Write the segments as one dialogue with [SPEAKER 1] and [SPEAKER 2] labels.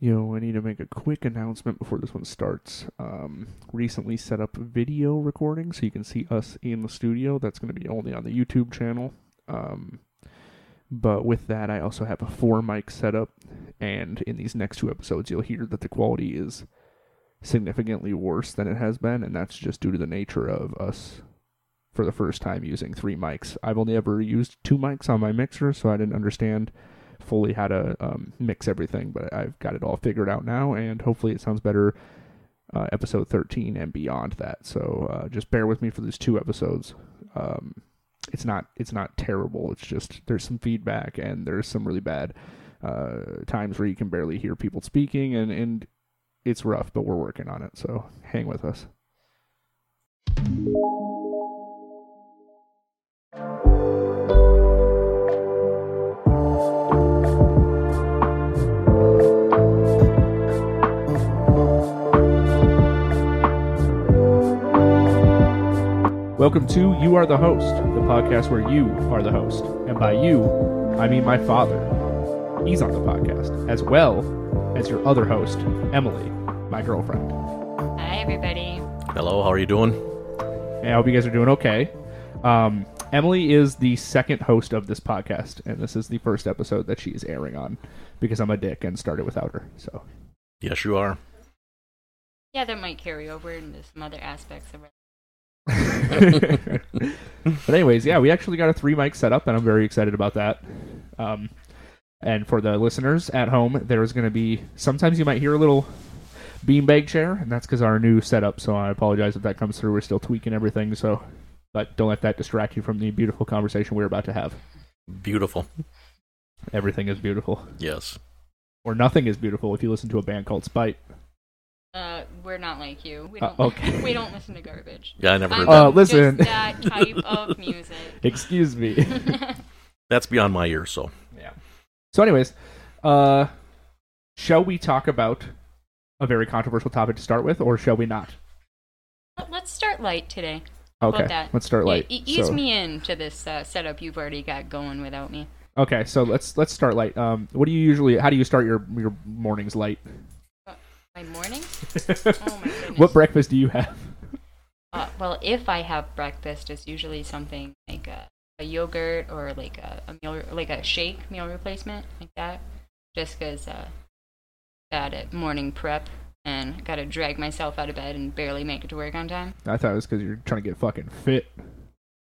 [SPEAKER 1] Yo, I need to make a quick announcement before this one starts. Um, recently set up video recording so you can see us in the studio. That's going to be only on the YouTube channel. Um, but with that, I also have a four mic setup, and in these next two episodes, you'll hear that the quality is significantly worse than it has been, and that's just due to the nature of us for the first time using three mics. I've only ever used two mics on my mixer, so I didn't understand fully how to um, mix everything, but I've got it all figured out now, and hopefully it sounds better uh, episode 13 and beyond that. So uh, just bear with me for these two episodes. Um, it's not it's not terrible. It's just there's some feedback and there's some really bad uh, times where you can barely hear people speaking, and and it's rough, but we're working on it. So hang with us. Welcome to You Are the Host, the podcast where you are the host. And by you, I mean my father. He's on the podcast, as well as your other host, Emily, my girlfriend.
[SPEAKER 2] Hi, everybody.
[SPEAKER 3] Hello, how are you doing?
[SPEAKER 1] Hey, I hope you guys are doing okay. Um, Emily is the second host of this podcast, and this is the first episode that she is airing on because I'm a dick and started without her. So
[SPEAKER 3] Yes, you are.
[SPEAKER 2] Yeah, that might carry over into some other aspects of it.
[SPEAKER 1] but anyways, yeah, we actually got a three mic setup, and I'm very excited about that. Um, and for the listeners at home, there's going to be sometimes you might hear a little beanbag chair, and that's because our new setup. So I apologize if that comes through. We're still tweaking everything, so but don't let that distract you from the beautiful conversation we're about to have.
[SPEAKER 3] Beautiful.
[SPEAKER 1] Everything is beautiful,
[SPEAKER 3] Yes.
[SPEAKER 1] or nothing is beautiful. If you listen to a band called Spite,
[SPEAKER 2] Uh, we're not like you. We
[SPEAKER 1] Uh,
[SPEAKER 2] don't.
[SPEAKER 1] okay.
[SPEAKER 2] We don't listen to garbage.
[SPEAKER 3] Yeah, I never
[SPEAKER 2] I'm
[SPEAKER 3] heard
[SPEAKER 1] Uh,
[SPEAKER 3] that.
[SPEAKER 1] listen.
[SPEAKER 2] Just that type of music.
[SPEAKER 1] excuse me.
[SPEAKER 3] That's beyond my ears, so.
[SPEAKER 1] Yeah. So, anyways, uh, shall we talk about a very controversial topic to start with, or shall we not?
[SPEAKER 2] Let's start light today. How about
[SPEAKER 1] Okay,
[SPEAKER 2] that?
[SPEAKER 1] let's start
[SPEAKER 2] Yeah,
[SPEAKER 1] light.
[SPEAKER 2] e- ease
[SPEAKER 1] So-
[SPEAKER 2] me into this uh, setup you've already got going without me.
[SPEAKER 1] Okay, so let's let's start light. Um, what do you usually? How do you start your your mornings light?
[SPEAKER 2] My mornings? Oh my goodness.
[SPEAKER 1] What breakfast do you have?
[SPEAKER 2] uh, well, if I have breakfast, it's usually something like a, a yogurt or like a, a meal, like a shake meal replacement, like that. Just because uh, got a morning prep and got to drag myself out of bed and barely make it to work on time.
[SPEAKER 1] I thought it was because you're trying to get fucking fit.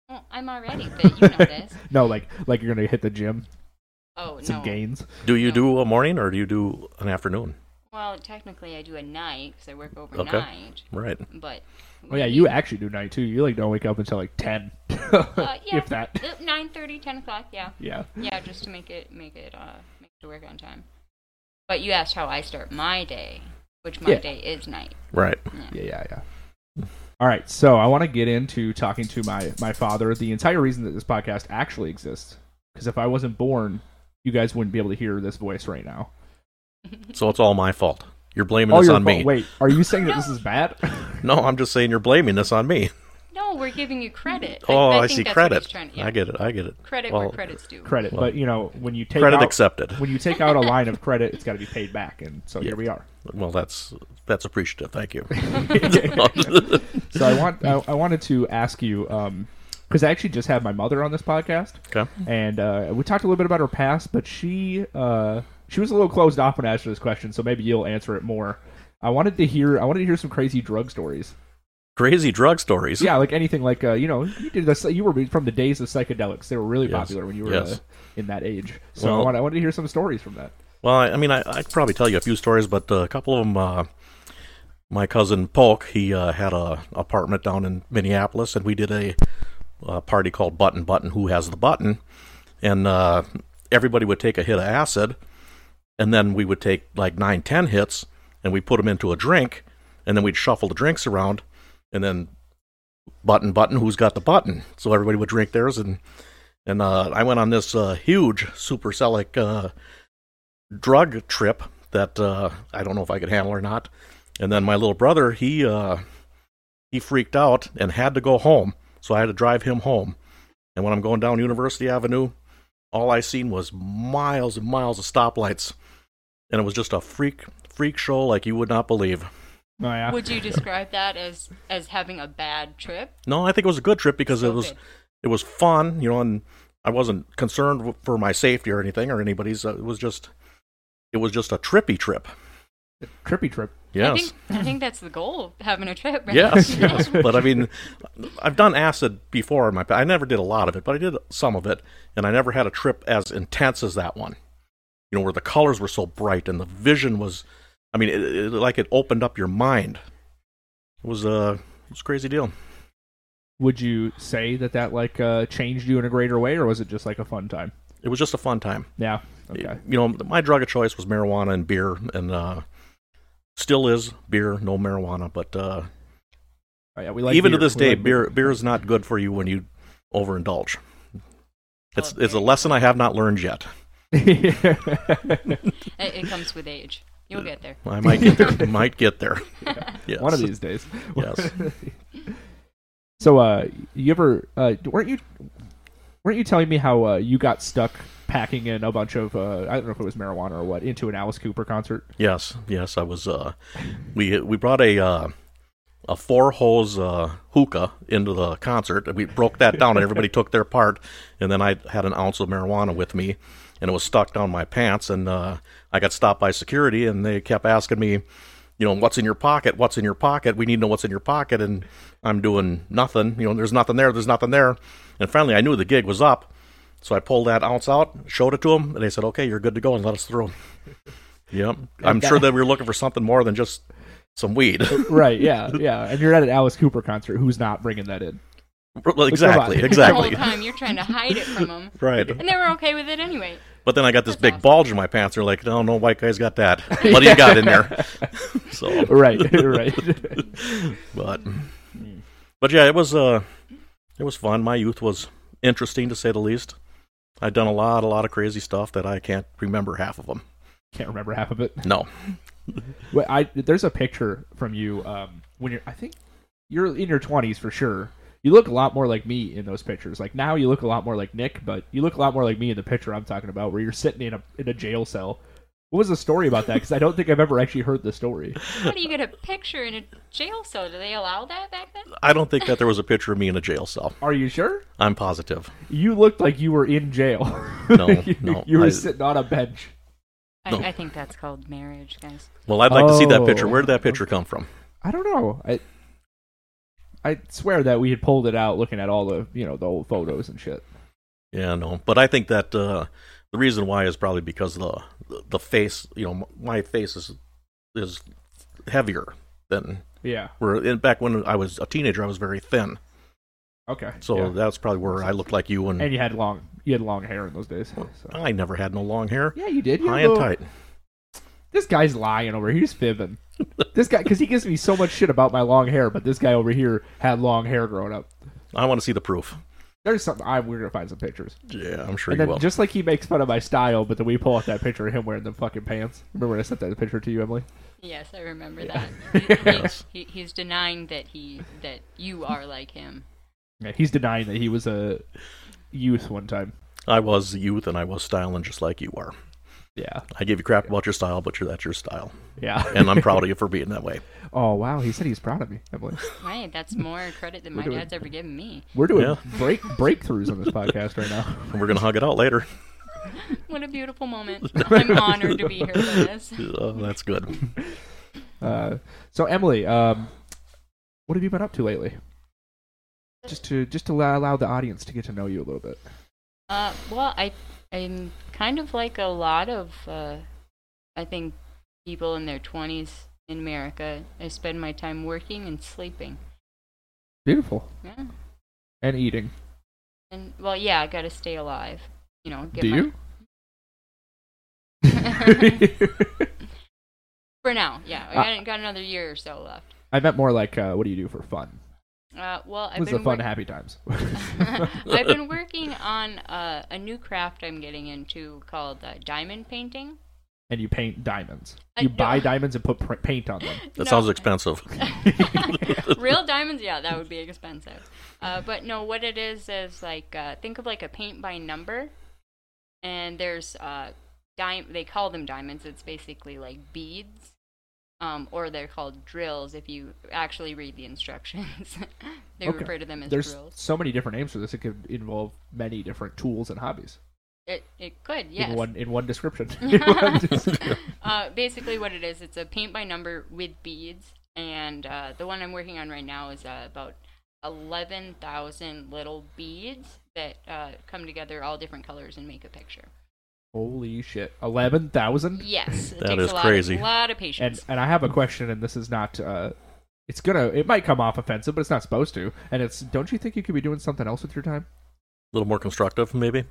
[SPEAKER 2] Well, I'm already fit. You know this.
[SPEAKER 1] No, like like you're gonna hit the gym,
[SPEAKER 2] Oh no.
[SPEAKER 1] some gains.
[SPEAKER 3] Do you do a morning or do you do an afternoon?
[SPEAKER 2] Well, technically, I do a night because I work overnight.
[SPEAKER 3] Right.
[SPEAKER 2] But
[SPEAKER 1] Oh yeah, you actually do night too. You like don't wake up until like ten,
[SPEAKER 2] uh, yeah,
[SPEAKER 1] if that.
[SPEAKER 2] nine thirty, ten o'clock. Yeah.
[SPEAKER 1] Yeah.
[SPEAKER 2] yeah just to make it make it uh make it work on time but you asked how i start my day which my
[SPEAKER 1] Yeah.
[SPEAKER 2] day is night
[SPEAKER 3] Right.
[SPEAKER 1] Yeah, yeah, yeah. All right, so I want to get into talking to my my father. The entire reason that this podcast actually exists, because if I wasn't born, you guys wouldn't be able to hear this voice right now.
[SPEAKER 3] So it's all my fault. You're blaming
[SPEAKER 1] Oh,
[SPEAKER 3] this
[SPEAKER 1] your
[SPEAKER 3] on
[SPEAKER 1] fault.
[SPEAKER 3] me.
[SPEAKER 1] Wait, are you saying that this is bad?
[SPEAKER 3] No, I'm just saying you're blaming this on me.
[SPEAKER 2] no we're giving you credit
[SPEAKER 3] oh, I,
[SPEAKER 2] think that's what
[SPEAKER 3] see
[SPEAKER 2] he's
[SPEAKER 3] credit.
[SPEAKER 2] trying to- yeah.
[SPEAKER 3] I get it. I get it.
[SPEAKER 2] credit
[SPEAKER 3] Well,
[SPEAKER 2] where credit's due
[SPEAKER 1] credit, but you know when you take
[SPEAKER 3] Credit
[SPEAKER 1] out,
[SPEAKER 3] accepted.
[SPEAKER 1] When you take out a line of credit, it's got to be paid back, and so here we are.
[SPEAKER 3] Well, that's that's appreciative. Thank you.
[SPEAKER 1] So I want I, I wanted to ask you because I actually just had my mother on this podcast.
[SPEAKER 3] okay.
[SPEAKER 1] and uh, we talked a little bit about her past, but she uh, she was a little closed off when I asked her this question, so maybe you'll answer it more. I wanted to hear I wanted to hear some crazy drug stories.
[SPEAKER 3] Crazy drug stories.
[SPEAKER 1] Yeah, like anything like uh, you know you did this you were from the days of psychedelics. They were really
[SPEAKER 3] Yes.
[SPEAKER 1] popular when you were
[SPEAKER 3] Yes.
[SPEAKER 1] uh, in that age. So I,
[SPEAKER 3] Well-
[SPEAKER 1] wanted, I wanted to hear some stories from that.
[SPEAKER 3] Well, I, I mean, I, I could probably tell you a few stories, but uh, a couple of them. Uh, my cousin Polk, he uh, had a apartment down in Minneapolis, and we did a, uh party called Button Button. Who has the button? And uh, everybody would take a hit of acid, and then we would take like nine, ten hits, and we put them into a drink, and then we'd shuffle the drinks around, and then button button who's got the button so everybody would drink theirs and and uh, i went on this uh, huge supercelic uh, drug trip that uh, I don't know if I could handle or not. And then my little brother, he uh, he freaked out and had to go home, so I had to drive him home. And when I'm going down University Avenue, all I seen was miles and miles of stoplights, and it was just a freak freak show like you would not believe.
[SPEAKER 1] Oh, yeah.
[SPEAKER 2] Would you describe that as as having a bad trip?
[SPEAKER 3] No, I think it was a good trip because it
[SPEAKER 2] Okay.
[SPEAKER 3] was it was fun, you know, and I wasn't concerned w- for my safety or anything or anybody's. Uh, It was just it was just a trippy trip.
[SPEAKER 1] Trippy trip.
[SPEAKER 3] Yes.
[SPEAKER 2] I think I think that's the goal of having a trip, right?
[SPEAKER 3] Yes, yes. But I mean, I've done acid before in my past. I never did a lot of it, but I did some of it, and I never had a trip as intense as that one. You know, where the colors were so bright and the vision was, I mean, it, it, like it opened up your mind. It was a it was a crazy deal.
[SPEAKER 1] Would you say that that like uh, changed you in a greater way, or was it just like a fun time?
[SPEAKER 3] It was just a fun time.
[SPEAKER 1] Yeah. Okay.
[SPEAKER 3] You know, my drug of choice was marijuana and beer, and uh, still is beer, no marijuana. But uh,
[SPEAKER 1] Oh, yeah, we like
[SPEAKER 3] even to
[SPEAKER 1] beer.
[SPEAKER 3] this
[SPEAKER 1] We
[SPEAKER 3] day,
[SPEAKER 1] like
[SPEAKER 3] beer beer is not good for you when you overindulge. It's it's a
[SPEAKER 2] Okay.
[SPEAKER 3] lesson I have not learned yet.
[SPEAKER 2] It, it comes with age. You'll get there.
[SPEAKER 3] I might get there. might get there. Yes.
[SPEAKER 1] One of these days.
[SPEAKER 3] Yes.
[SPEAKER 1] so, uh, you ever uh, weren't you weren't you telling me how uh, you got stuck packing in a bunch of uh, I don't know if it was marijuana or what into an Alice Cooper concert?
[SPEAKER 3] Yes. Yes. I was. Uh, we we brought a uh, a four hose uh, hookah into the concert. and We broke that down, and everybody took their part. And then I had an ounce of marijuana with me, and it was stuck down my pants. And uh, I got stopped by security, and they kept asking me. You know what's in your pocket? What's in your pocket? We need to know what's in your pocket, and I'm doing nothing. You know, there's nothing there. There's nothing there, and finally, I knew the gig was up, so I pulled that ounce out, showed it to them, and they said, "Okay, you're good to go, and let us through." Yep. I'm sure that we were looking for something more than just some weed.
[SPEAKER 1] right. Yeah. Yeah. And you're at an Alice Cooper concert. Who's not bringing that in?
[SPEAKER 3] well, exactly,
[SPEAKER 1] on.
[SPEAKER 2] The
[SPEAKER 3] exactly.
[SPEAKER 2] whole time you're trying to hide it from them,
[SPEAKER 3] Right.
[SPEAKER 2] and they were okay with it anyway.
[SPEAKER 3] But then I got this
[SPEAKER 2] That's
[SPEAKER 3] big
[SPEAKER 2] awesome.
[SPEAKER 3] bulge in my pants. They're like, "Oh, no, no white guy's got that. What do you got in there? So,
[SPEAKER 1] Right. right.
[SPEAKER 3] but, but yeah, it was, uh, it was fun. My youth was interesting to say the least. I'd done a lot, a lot of crazy stuff that I can't remember half of them.
[SPEAKER 1] Can't remember half of it.
[SPEAKER 3] No.
[SPEAKER 1] Well, I there's a picture from you um, when you're. I think you're in your 20s for sure. You look a lot more like me in those pictures. Like now, you look a lot more like Nick, but you look a lot more like me in the picture I'm talking about, where you're sitting in a in a jail cell. What was the story about that? Because I don't think I've ever actually heard the story.
[SPEAKER 2] How do you get a picture in a jail cell? Do they allow that back then?
[SPEAKER 3] I don't think that there was a picture of me in a jail cell.
[SPEAKER 1] Are you sure?
[SPEAKER 3] I'm positive.
[SPEAKER 1] You looked like you were in jail.
[SPEAKER 3] No,
[SPEAKER 1] you,
[SPEAKER 3] no,
[SPEAKER 1] You were
[SPEAKER 3] I-
[SPEAKER 1] sitting on a bench.
[SPEAKER 2] I,
[SPEAKER 3] No.
[SPEAKER 2] I think that's called marriage, guys.
[SPEAKER 3] Well, I'd like to see that
[SPEAKER 1] Oh.
[SPEAKER 3] picture. Where did that picture come from?
[SPEAKER 1] I don't know. I I swear that we had pulled it out, looking at all the you know the old photos and shit.
[SPEAKER 3] Yeah, no, but I think that uh, the reason why is probably because the the face, you know, my face is is heavier than
[SPEAKER 1] Yeah.
[SPEAKER 3] where in back when I was a teenager, I was very thin,
[SPEAKER 1] Okay.
[SPEAKER 3] so
[SPEAKER 1] yeah.
[SPEAKER 3] that's probably where I looked like you. And,
[SPEAKER 1] and you had long you had long hair in those days. so.
[SPEAKER 3] I never had no long hair,
[SPEAKER 1] Yeah, you did. You had
[SPEAKER 3] high
[SPEAKER 1] a
[SPEAKER 3] and
[SPEAKER 1] little-
[SPEAKER 3] tight.
[SPEAKER 1] This guy's lying over here. He's fibbing. this guy, because he gives me so much shit about my long hair, but this guy over here had long hair growing up.
[SPEAKER 3] I want to see the proof.
[SPEAKER 1] There's something. I'm, we're gonna find some pictures.
[SPEAKER 3] Yeah, I'm sure
[SPEAKER 1] And
[SPEAKER 3] you
[SPEAKER 1] then
[SPEAKER 3] will.
[SPEAKER 1] just like he makes fun of my style, but then we pull out that picture of him wearing the fucking pants. Remember when I sent that picture to you, Emily?
[SPEAKER 2] Yes, I remember that. He- he-
[SPEAKER 3] Yes.
[SPEAKER 2] he, he's denying that he that you are like him.
[SPEAKER 1] Yeah, he's denying that he was a youth one time.
[SPEAKER 3] I was youth and I was styling just like you are.
[SPEAKER 1] Yeah,
[SPEAKER 3] I give you crap about your style, but you're, that's your style,
[SPEAKER 1] yeah.
[SPEAKER 3] and I'm proud of you for being that way.
[SPEAKER 1] oh wow, he said he's proud of me, Emily.
[SPEAKER 2] Right, that's more credit than
[SPEAKER 1] We're
[SPEAKER 2] my
[SPEAKER 1] doing-
[SPEAKER 2] dad's ever given me.
[SPEAKER 1] We're doing
[SPEAKER 3] Yeah.
[SPEAKER 1] break breakthroughs on this podcast right now.
[SPEAKER 3] We're gonna hug it out later.
[SPEAKER 2] What a beautiful moment! I'm honored to be here for this.
[SPEAKER 3] Uh, that's good.
[SPEAKER 1] Uh, so Emily, um, what have you been up to lately? Just to just to allow, allow the audience to get to know you a little bit.
[SPEAKER 2] Uh, well, I I'm kind of like a lot of uh, I think people in their 20s in America. I spend my time working and sleeping.
[SPEAKER 1] Beautiful
[SPEAKER 2] Yeah.
[SPEAKER 1] and eating.
[SPEAKER 2] And well, yeah, I got to stay alive. You know, get
[SPEAKER 1] Do
[SPEAKER 2] my,
[SPEAKER 1] you?
[SPEAKER 2] for now. Yeah, I
[SPEAKER 1] Ah.
[SPEAKER 2] got, got another year or so left.
[SPEAKER 1] I meant more like, uh, what do you do for fun?
[SPEAKER 2] Uh, well, I've
[SPEAKER 1] What's the
[SPEAKER 2] been
[SPEAKER 1] fun,
[SPEAKER 2] work-
[SPEAKER 1] happy times?
[SPEAKER 2] I've been working on uh, a new craft I'm getting into called uh, diamond painting.
[SPEAKER 1] and you paint diamonds.
[SPEAKER 2] I
[SPEAKER 1] you
[SPEAKER 2] don't-
[SPEAKER 1] buy diamonds and put pr- paint on them.
[SPEAKER 3] That
[SPEAKER 2] No.
[SPEAKER 3] sounds expensive.
[SPEAKER 2] Real diamonds, yeah, that would be expensive. Uh, but no, what it is is like uh, think of like a paint by number, and there's uh, di- they call them diamonds. It's basically like beads, um, or they're called drills if you actually read the instructions. they
[SPEAKER 4] Okay.
[SPEAKER 2] refer to them as
[SPEAKER 1] There's
[SPEAKER 2] drills.
[SPEAKER 1] so many different names for this. It could involve many different tools and hobbies
[SPEAKER 2] It it could yes.
[SPEAKER 1] in one in one description. In one des-
[SPEAKER 2] uh, basically, what it is, it's a paint by number with beads, and uh, the one I'm working on right now is uh, about eleven thousand little beads that uh, come together, all different colors, and make a picture.
[SPEAKER 1] Holy shit, eleven thousand!
[SPEAKER 2] Yes, it
[SPEAKER 3] That
[SPEAKER 2] takes
[SPEAKER 3] is
[SPEAKER 2] a lot,
[SPEAKER 3] crazy.
[SPEAKER 2] A lot of
[SPEAKER 1] And
[SPEAKER 2] patience.
[SPEAKER 1] and I have a question, and this is not. Uh, it's gonna. It might come off offensive, but it's not supposed to. And it's. Don't you think you could be doing something else with your time?
[SPEAKER 3] A little more constructive, maybe.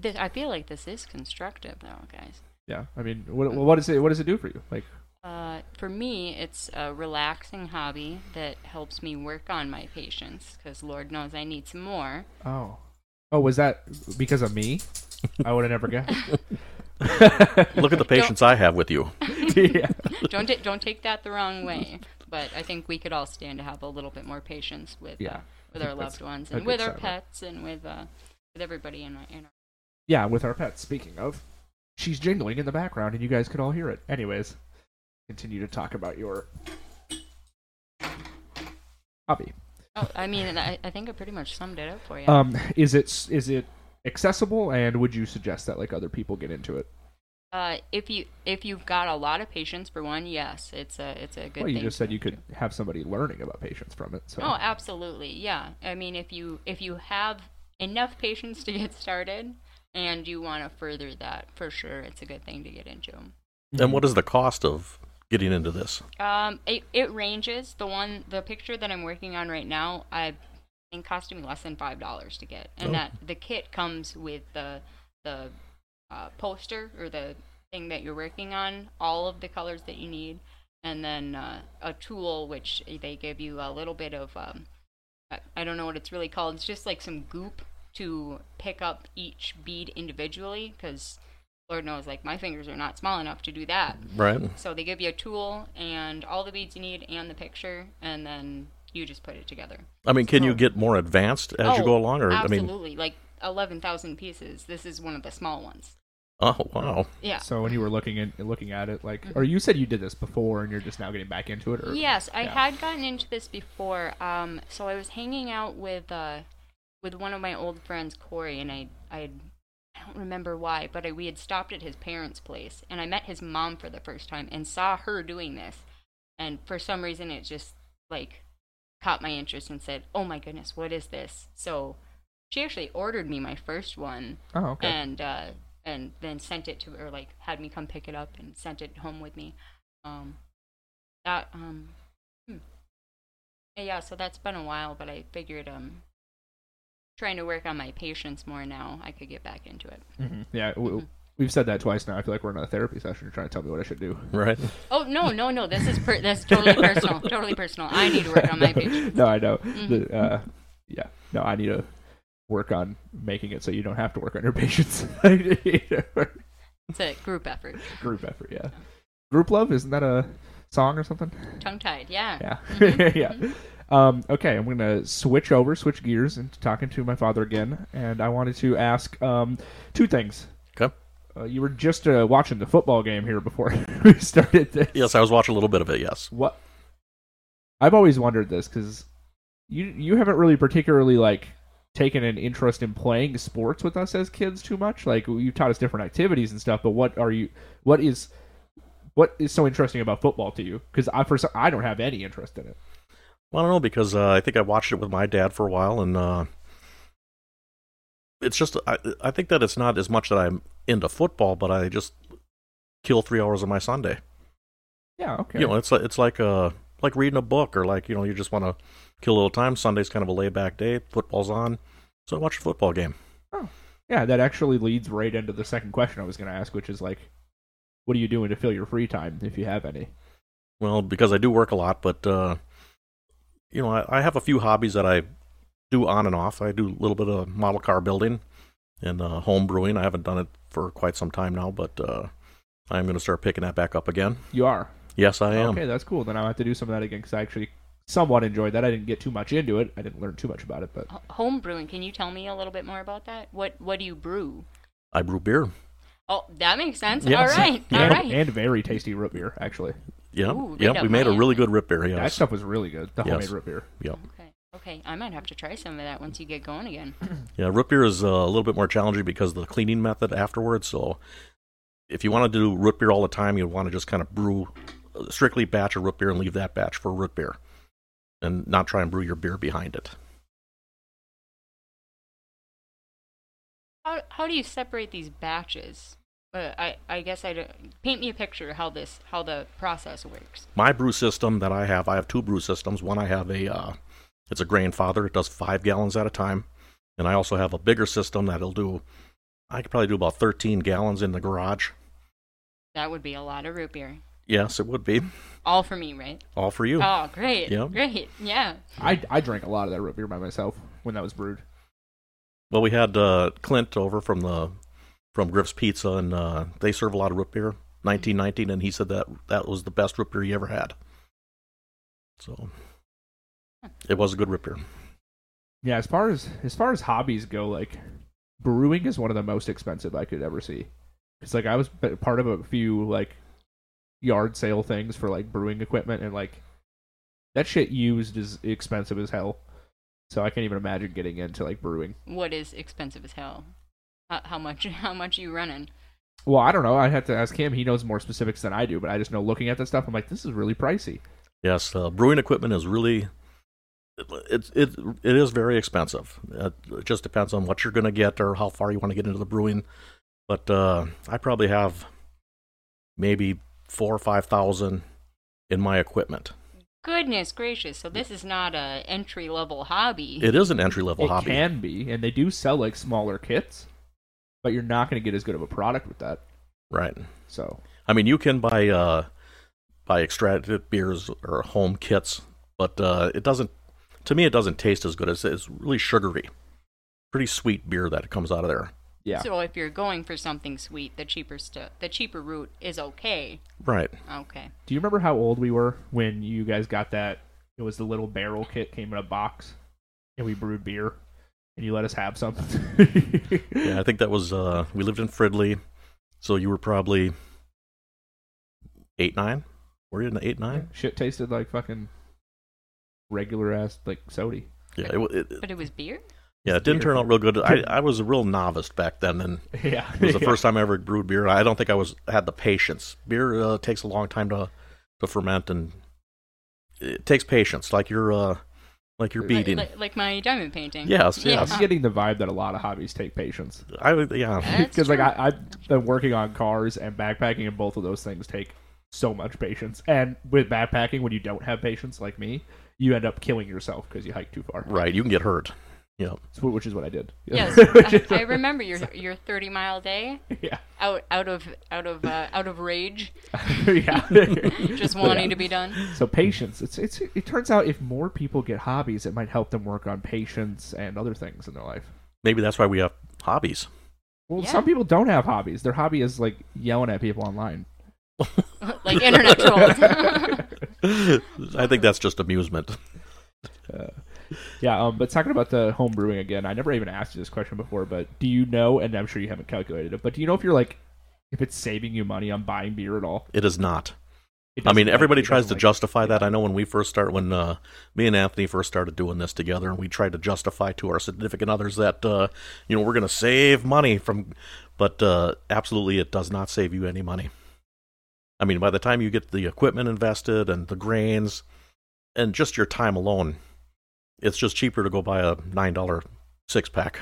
[SPEAKER 2] Th- I feel like this is constructive, though, guys.
[SPEAKER 1] Yeah. Uh, I mean, what what is it? What does it do for you? Like,
[SPEAKER 2] Uh, for me, it's a relaxing hobby that helps me work on my patience, because Lord knows I need some more.
[SPEAKER 1] oh, oh, was that because of me? I would have never guessed.
[SPEAKER 3] Look at the patience I have with you.
[SPEAKER 1] yeah.
[SPEAKER 2] don't ta- don't take that the wrong way. But I think we could all stand to have a little bit more patience with
[SPEAKER 1] Yeah,
[SPEAKER 2] uh, with our
[SPEAKER 1] think that's
[SPEAKER 2] loved ones
[SPEAKER 1] a
[SPEAKER 2] and
[SPEAKER 1] good
[SPEAKER 2] with our
[SPEAKER 1] sentiment.
[SPEAKER 2] pets and with uh, with everybody in our, in our
[SPEAKER 1] Yeah, with our pets. Speaking of, she's jingling in the background, and you guys could all hear it. Anyways, continue to talk about your hobby.
[SPEAKER 2] Oh, I mean, and I, I think I pretty much summed it up for you.
[SPEAKER 1] Um, is it is it accessible, and would you suggest that like other people get into it?
[SPEAKER 2] uh, if you if you've got a lot of patience, for one, yes, it's a it's a good.
[SPEAKER 1] well, you
[SPEAKER 2] thing
[SPEAKER 1] just said
[SPEAKER 2] to
[SPEAKER 1] you could
[SPEAKER 2] do.
[SPEAKER 1] have somebody learning about patients from it. So
[SPEAKER 2] Oh, absolutely, yeah. I mean, if you if you have enough patience to get started and you want to further that, for sure, it's a good thing to get into.
[SPEAKER 3] And what is the cost of getting into this?
[SPEAKER 2] Um, it, it ranges. The one, the picture that I'm working on right now, I it cost me less than five dollars to get, and
[SPEAKER 3] Oh.
[SPEAKER 2] that the kit comes with the the uh, poster or the thing that you're working on, all of the colors that you need, and then uh, a tool which they give you a little bit of um, I- I don't know what it's really called. It's just like some goop to pick up each bead individually, because Lord knows, like my fingers are not small enough to do that.
[SPEAKER 3] Right?
[SPEAKER 2] So they give you a tool and all the beads you need and the picture, and then you just put it together.
[SPEAKER 3] I mean, can you get more advanced as you
[SPEAKER 2] Oh,
[SPEAKER 3] go along? Or I mean,
[SPEAKER 2] absolutely, like eleven thousand pieces. This is one of the small ones.
[SPEAKER 3] oh wow,
[SPEAKER 2] Yeah. Mm-hmm.
[SPEAKER 1] So when you were looking at looking at it, like, or you said you did this before, and you're just now getting back into it, or
[SPEAKER 2] Yes, I
[SPEAKER 1] yeah.
[SPEAKER 2] had gotten into this before. Um, so I was hanging out with uh, with one of my old friends, Corey, and I I I don't remember why, but I, we had stopped at his parents' place, and I met his mom for the first time and saw her doing this, and for some reason it just like caught my interest and said, "Oh my goodness, what is this?" So she actually ordered me my first one,
[SPEAKER 1] Oh, okay.
[SPEAKER 2] and uh, and then sent it to or like had me come pick it up and sent it home with me. Um, that um, hmm. yeah. So that's been a while, but I figured um, trying to work on my patience more now, I could get back into it.
[SPEAKER 1] Mhm. Yeah, we,
[SPEAKER 2] Mm-hmm.
[SPEAKER 1] we've said that twice now. I feel like we're in a therapy session. You're trying to tell me what I should do.
[SPEAKER 3] right?
[SPEAKER 2] Oh no, no, no! This is per- that's totally personal, totally personal. I need to work on my Mm-hmm. patience.
[SPEAKER 1] no, I know. The, uh, yeah, no, I need to work on making it so you don't have to work on your patients.
[SPEAKER 2] It's a group effort.
[SPEAKER 1] Group effort, yeah. Group love, isn't that a song or something?
[SPEAKER 2] Tongue tied, yeah.
[SPEAKER 1] Yeah, yeah. Um, okay, I'm gonna switch over, switch gears, into talking to my father again, and I wanted to ask um, two things.
[SPEAKER 3] Okay.
[SPEAKER 1] Uh, you were just uh, watching the football game here before we started this.
[SPEAKER 3] Yes, I was watching a little bit of it. Yes.
[SPEAKER 1] what I've always wondered this because you you haven't really particularly like taken an interest in playing sports with us as kids too much. Like you taught us different activities and stuff, but what are you? What is what is so interesting about football to you? Because I for some, I don't have any interest in it.
[SPEAKER 3] Well, I don't know because uh, I think I watched it with my dad for a while, and uh, it's just I, I think that it's not as much that I'm into football, but I just kill three hours of my Sunday.
[SPEAKER 1] Yeah, okay.
[SPEAKER 3] You know, it's like- it's like uh like reading a book or like you know you just want to kill a little time. Sunday's kind of a laid back day. Football's on, so I watch a football game.
[SPEAKER 1] yeah, that actually leads right into the second question I was going to ask, which is like, what are you doing to fill your free time if you have any?
[SPEAKER 3] Well, because I do work a lot, but uh, you know, I, I have a few hobbies that I do on and off. I do a little bit of model car building and uh, home brewing. I haven't done it for quite some time now, but uh, I'm going to start picking that back up again.
[SPEAKER 1] You are
[SPEAKER 3] Yes, I am.
[SPEAKER 1] Okay, that's cool. Then I'll have to do some of that again because I actually somewhat enjoyed that. I didn't get too much into it. I didn't learn too much about it, but
[SPEAKER 2] H- Home brewing. Can you tell me a little bit more about that? What What do you brew?
[SPEAKER 3] I brew beer.
[SPEAKER 2] Oh, that makes sense.
[SPEAKER 3] Yeah,
[SPEAKER 2] all
[SPEAKER 3] so-
[SPEAKER 2] right, all
[SPEAKER 1] and,
[SPEAKER 2] right.
[SPEAKER 1] and very tasty root beer, actually.
[SPEAKER 3] Yeah,
[SPEAKER 2] Ooh, right
[SPEAKER 3] yeah.
[SPEAKER 2] up
[SPEAKER 3] We made a
[SPEAKER 2] my
[SPEAKER 3] really
[SPEAKER 2] alley.
[SPEAKER 3] good rip beer.
[SPEAKER 1] That
[SPEAKER 3] Yes.
[SPEAKER 1] stuff was really good. The
[SPEAKER 3] Yes.
[SPEAKER 1] homemade root beer.
[SPEAKER 3] Yeah,
[SPEAKER 2] Okay, okay. I might have to try some of that once you get going again.
[SPEAKER 3] yeah. Root beer is uh, a little bit more challenging because of the cleaning method afterwards. So, if you want to do root beer all the time, you'd want to just kind of brew uh, strictly batch of root beer and leave that batch for root beer, and not try and brew your beer behind it.
[SPEAKER 2] How how do you separate these batches? Uh, I I guess I don't, paint me a picture of how this how the process works.
[SPEAKER 3] my brew system that I have, I have two brew systems. One I have a uh, it's a grandfather. It does five gallons at a time, and I also have a bigger system that'll do. I could probably do about thirteen gallons in the garage.
[SPEAKER 2] That would be a lot of root beer.
[SPEAKER 3] Yes, it would be
[SPEAKER 2] All for me, right?
[SPEAKER 3] all for you.
[SPEAKER 2] Oh, great.
[SPEAKER 3] Yeah.
[SPEAKER 2] Great. Yeah.
[SPEAKER 1] I, I drank a lot of that root beer by myself when that was brewed.
[SPEAKER 3] well, we had uh, Clint over from the from Griff's Pizza, and uh, they serve a lot of root beer, nineteen nineteen, and he said that that was the best root beer he ever had. So it was a good root beer.
[SPEAKER 1] Yeah, as far as as far as hobbies go, like brewing is one of the most expensive I could ever see. It's like I was p- part of a few like yard sale things for like brewing equipment, and like that shit used is expensive as hell. So I can't even imagine getting into like brewing.
[SPEAKER 2] What is expensive as hell? How, how much? How much you running?
[SPEAKER 1] Well, I don't know. I have to ask him. He knows more specifics than I do, but I just know looking at that stuff, I'm like, this is really pricey.
[SPEAKER 3] Yes, uh, brewing equipment is really it it it is very expensive. Uh, It just depends on what you're going to get or how far you want to get into the brewing. But uh, I probably have maybe four or five thousand in my equipment.
[SPEAKER 2] Goodness gracious! So this is not a entry level hobby.
[SPEAKER 3] It is an entry level
[SPEAKER 1] it
[SPEAKER 3] hobby.
[SPEAKER 1] can be, and they do sell like smaller kits, but you're not going to get as good of a product with that.
[SPEAKER 3] right?
[SPEAKER 1] So
[SPEAKER 3] I mean, you can buy uh, buy extracted beers or home kits, but uh, it doesn't. To me, it doesn't taste as good. It's, it's really sugary, pretty sweet beer that comes out of there.
[SPEAKER 1] yeah,
[SPEAKER 2] So if you're going for something sweet, the cheaper stu- the cheaper route is okay.
[SPEAKER 3] Right.
[SPEAKER 2] Okay.
[SPEAKER 1] Do you remember how old we were when you guys got that? It was the little barrel kit came in a box, and we brewed beer, and you let us have some.
[SPEAKER 3] Yeah, I think that was uh we lived in Fridley, so you were probably eight nine. Were you in the eight nine?
[SPEAKER 1] Shit tasted like fucking regular ass like sody.
[SPEAKER 3] Yeah, it, wa- it,
[SPEAKER 2] But it was beer.
[SPEAKER 3] yeah, it didn't turn out real good. I, I was a real novice back then, and
[SPEAKER 1] Yeah,
[SPEAKER 3] it was the first time I ever brewed beer. I don't think I was had the patience. Beer uh, takes a long time to to ferment, and it takes patience, like you're uh like you're
[SPEAKER 1] Like-
[SPEAKER 2] Like,
[SPEAKER 3] beating.
[SPEAKER 2] like, like my diamond painting.
[SPEAKER 3] Yes, yes.
[SPEAKER 1] I'm getting the vibe that a lot of hobbies take patience.
[SPEAKER 3] I would- yeah,
[SPEAKER 2] That's
[SPEAKER 1] Because like
[SPEAKER 2] true.
[SPEAKER 1] I, I've been working on cars and backpacking, and both of those things take so much patience. And with backpacking, when you don't have patience, like me, you end up killing yourself because you hike too far.
[SPEAKER 3] right. You can get hurt. Yeah,
[SPEAKER 1] So- Which is what I did.
[SPEAKER 2] Yes,
[SPEAKER 1] Which is-
[SPEAKER 2] I, I remember your your 30 mile day
[SPEAKER 1] Yeah.
[SPEAKER 2] out out of out of uh, out of rage,
[SPEAKER 1] yeah.
[SPEAKER 2] just wanting to be done.
[SPEAKER 1] So patience. It's it's it turns out if more people get hobbies, it might help them work on patience and other things in their life.
[SPEAKER 3] maybe that's why we have hobbies.
[SPEAKER 1] Well,
[SPEAKER 2] Yeah.
[SPEAKER 1] some people don't have hobbies. Their hobby is like yelling at people online.
[SPEAKER 2] like internet trolls.
[SPEAKER 3] I
[SPEAKER 1] Uh-huh.
[SPEAKER 3] think that's just amusement.
[SPEAKER 1] Yeah, um, but talking about the home brewing again, I never even asked you this question before, but do you know? And I'm sure you haven't calculated it, but do you know if you're like if it's saving you money on buying beer at all?
[SPEAKER 3] It is not.
[SPEAKER 1] It
[SPEAKER 3] I
[SPEAKER 1] doesn't,
[SPEAKER 3] mean,
[SPEAKER 1] like-
[SPEAKER 3] everybody
[SPEAKER 1] it
[SPEAKER 3] tries to
[SPEAKER 1] doesn't, like-
[SPEAKER 3] justify that. I know when we first start, when uh, me and Anthony first started doing this together, and we tried to justify to our significant others that uh, you know we're going to save money from, but uh, absolutely, it does not save you any money. I mean, by the time you get the equipment invested and the grains, and just your time alone, it's just cheaper to go buy a nine dollar six pack.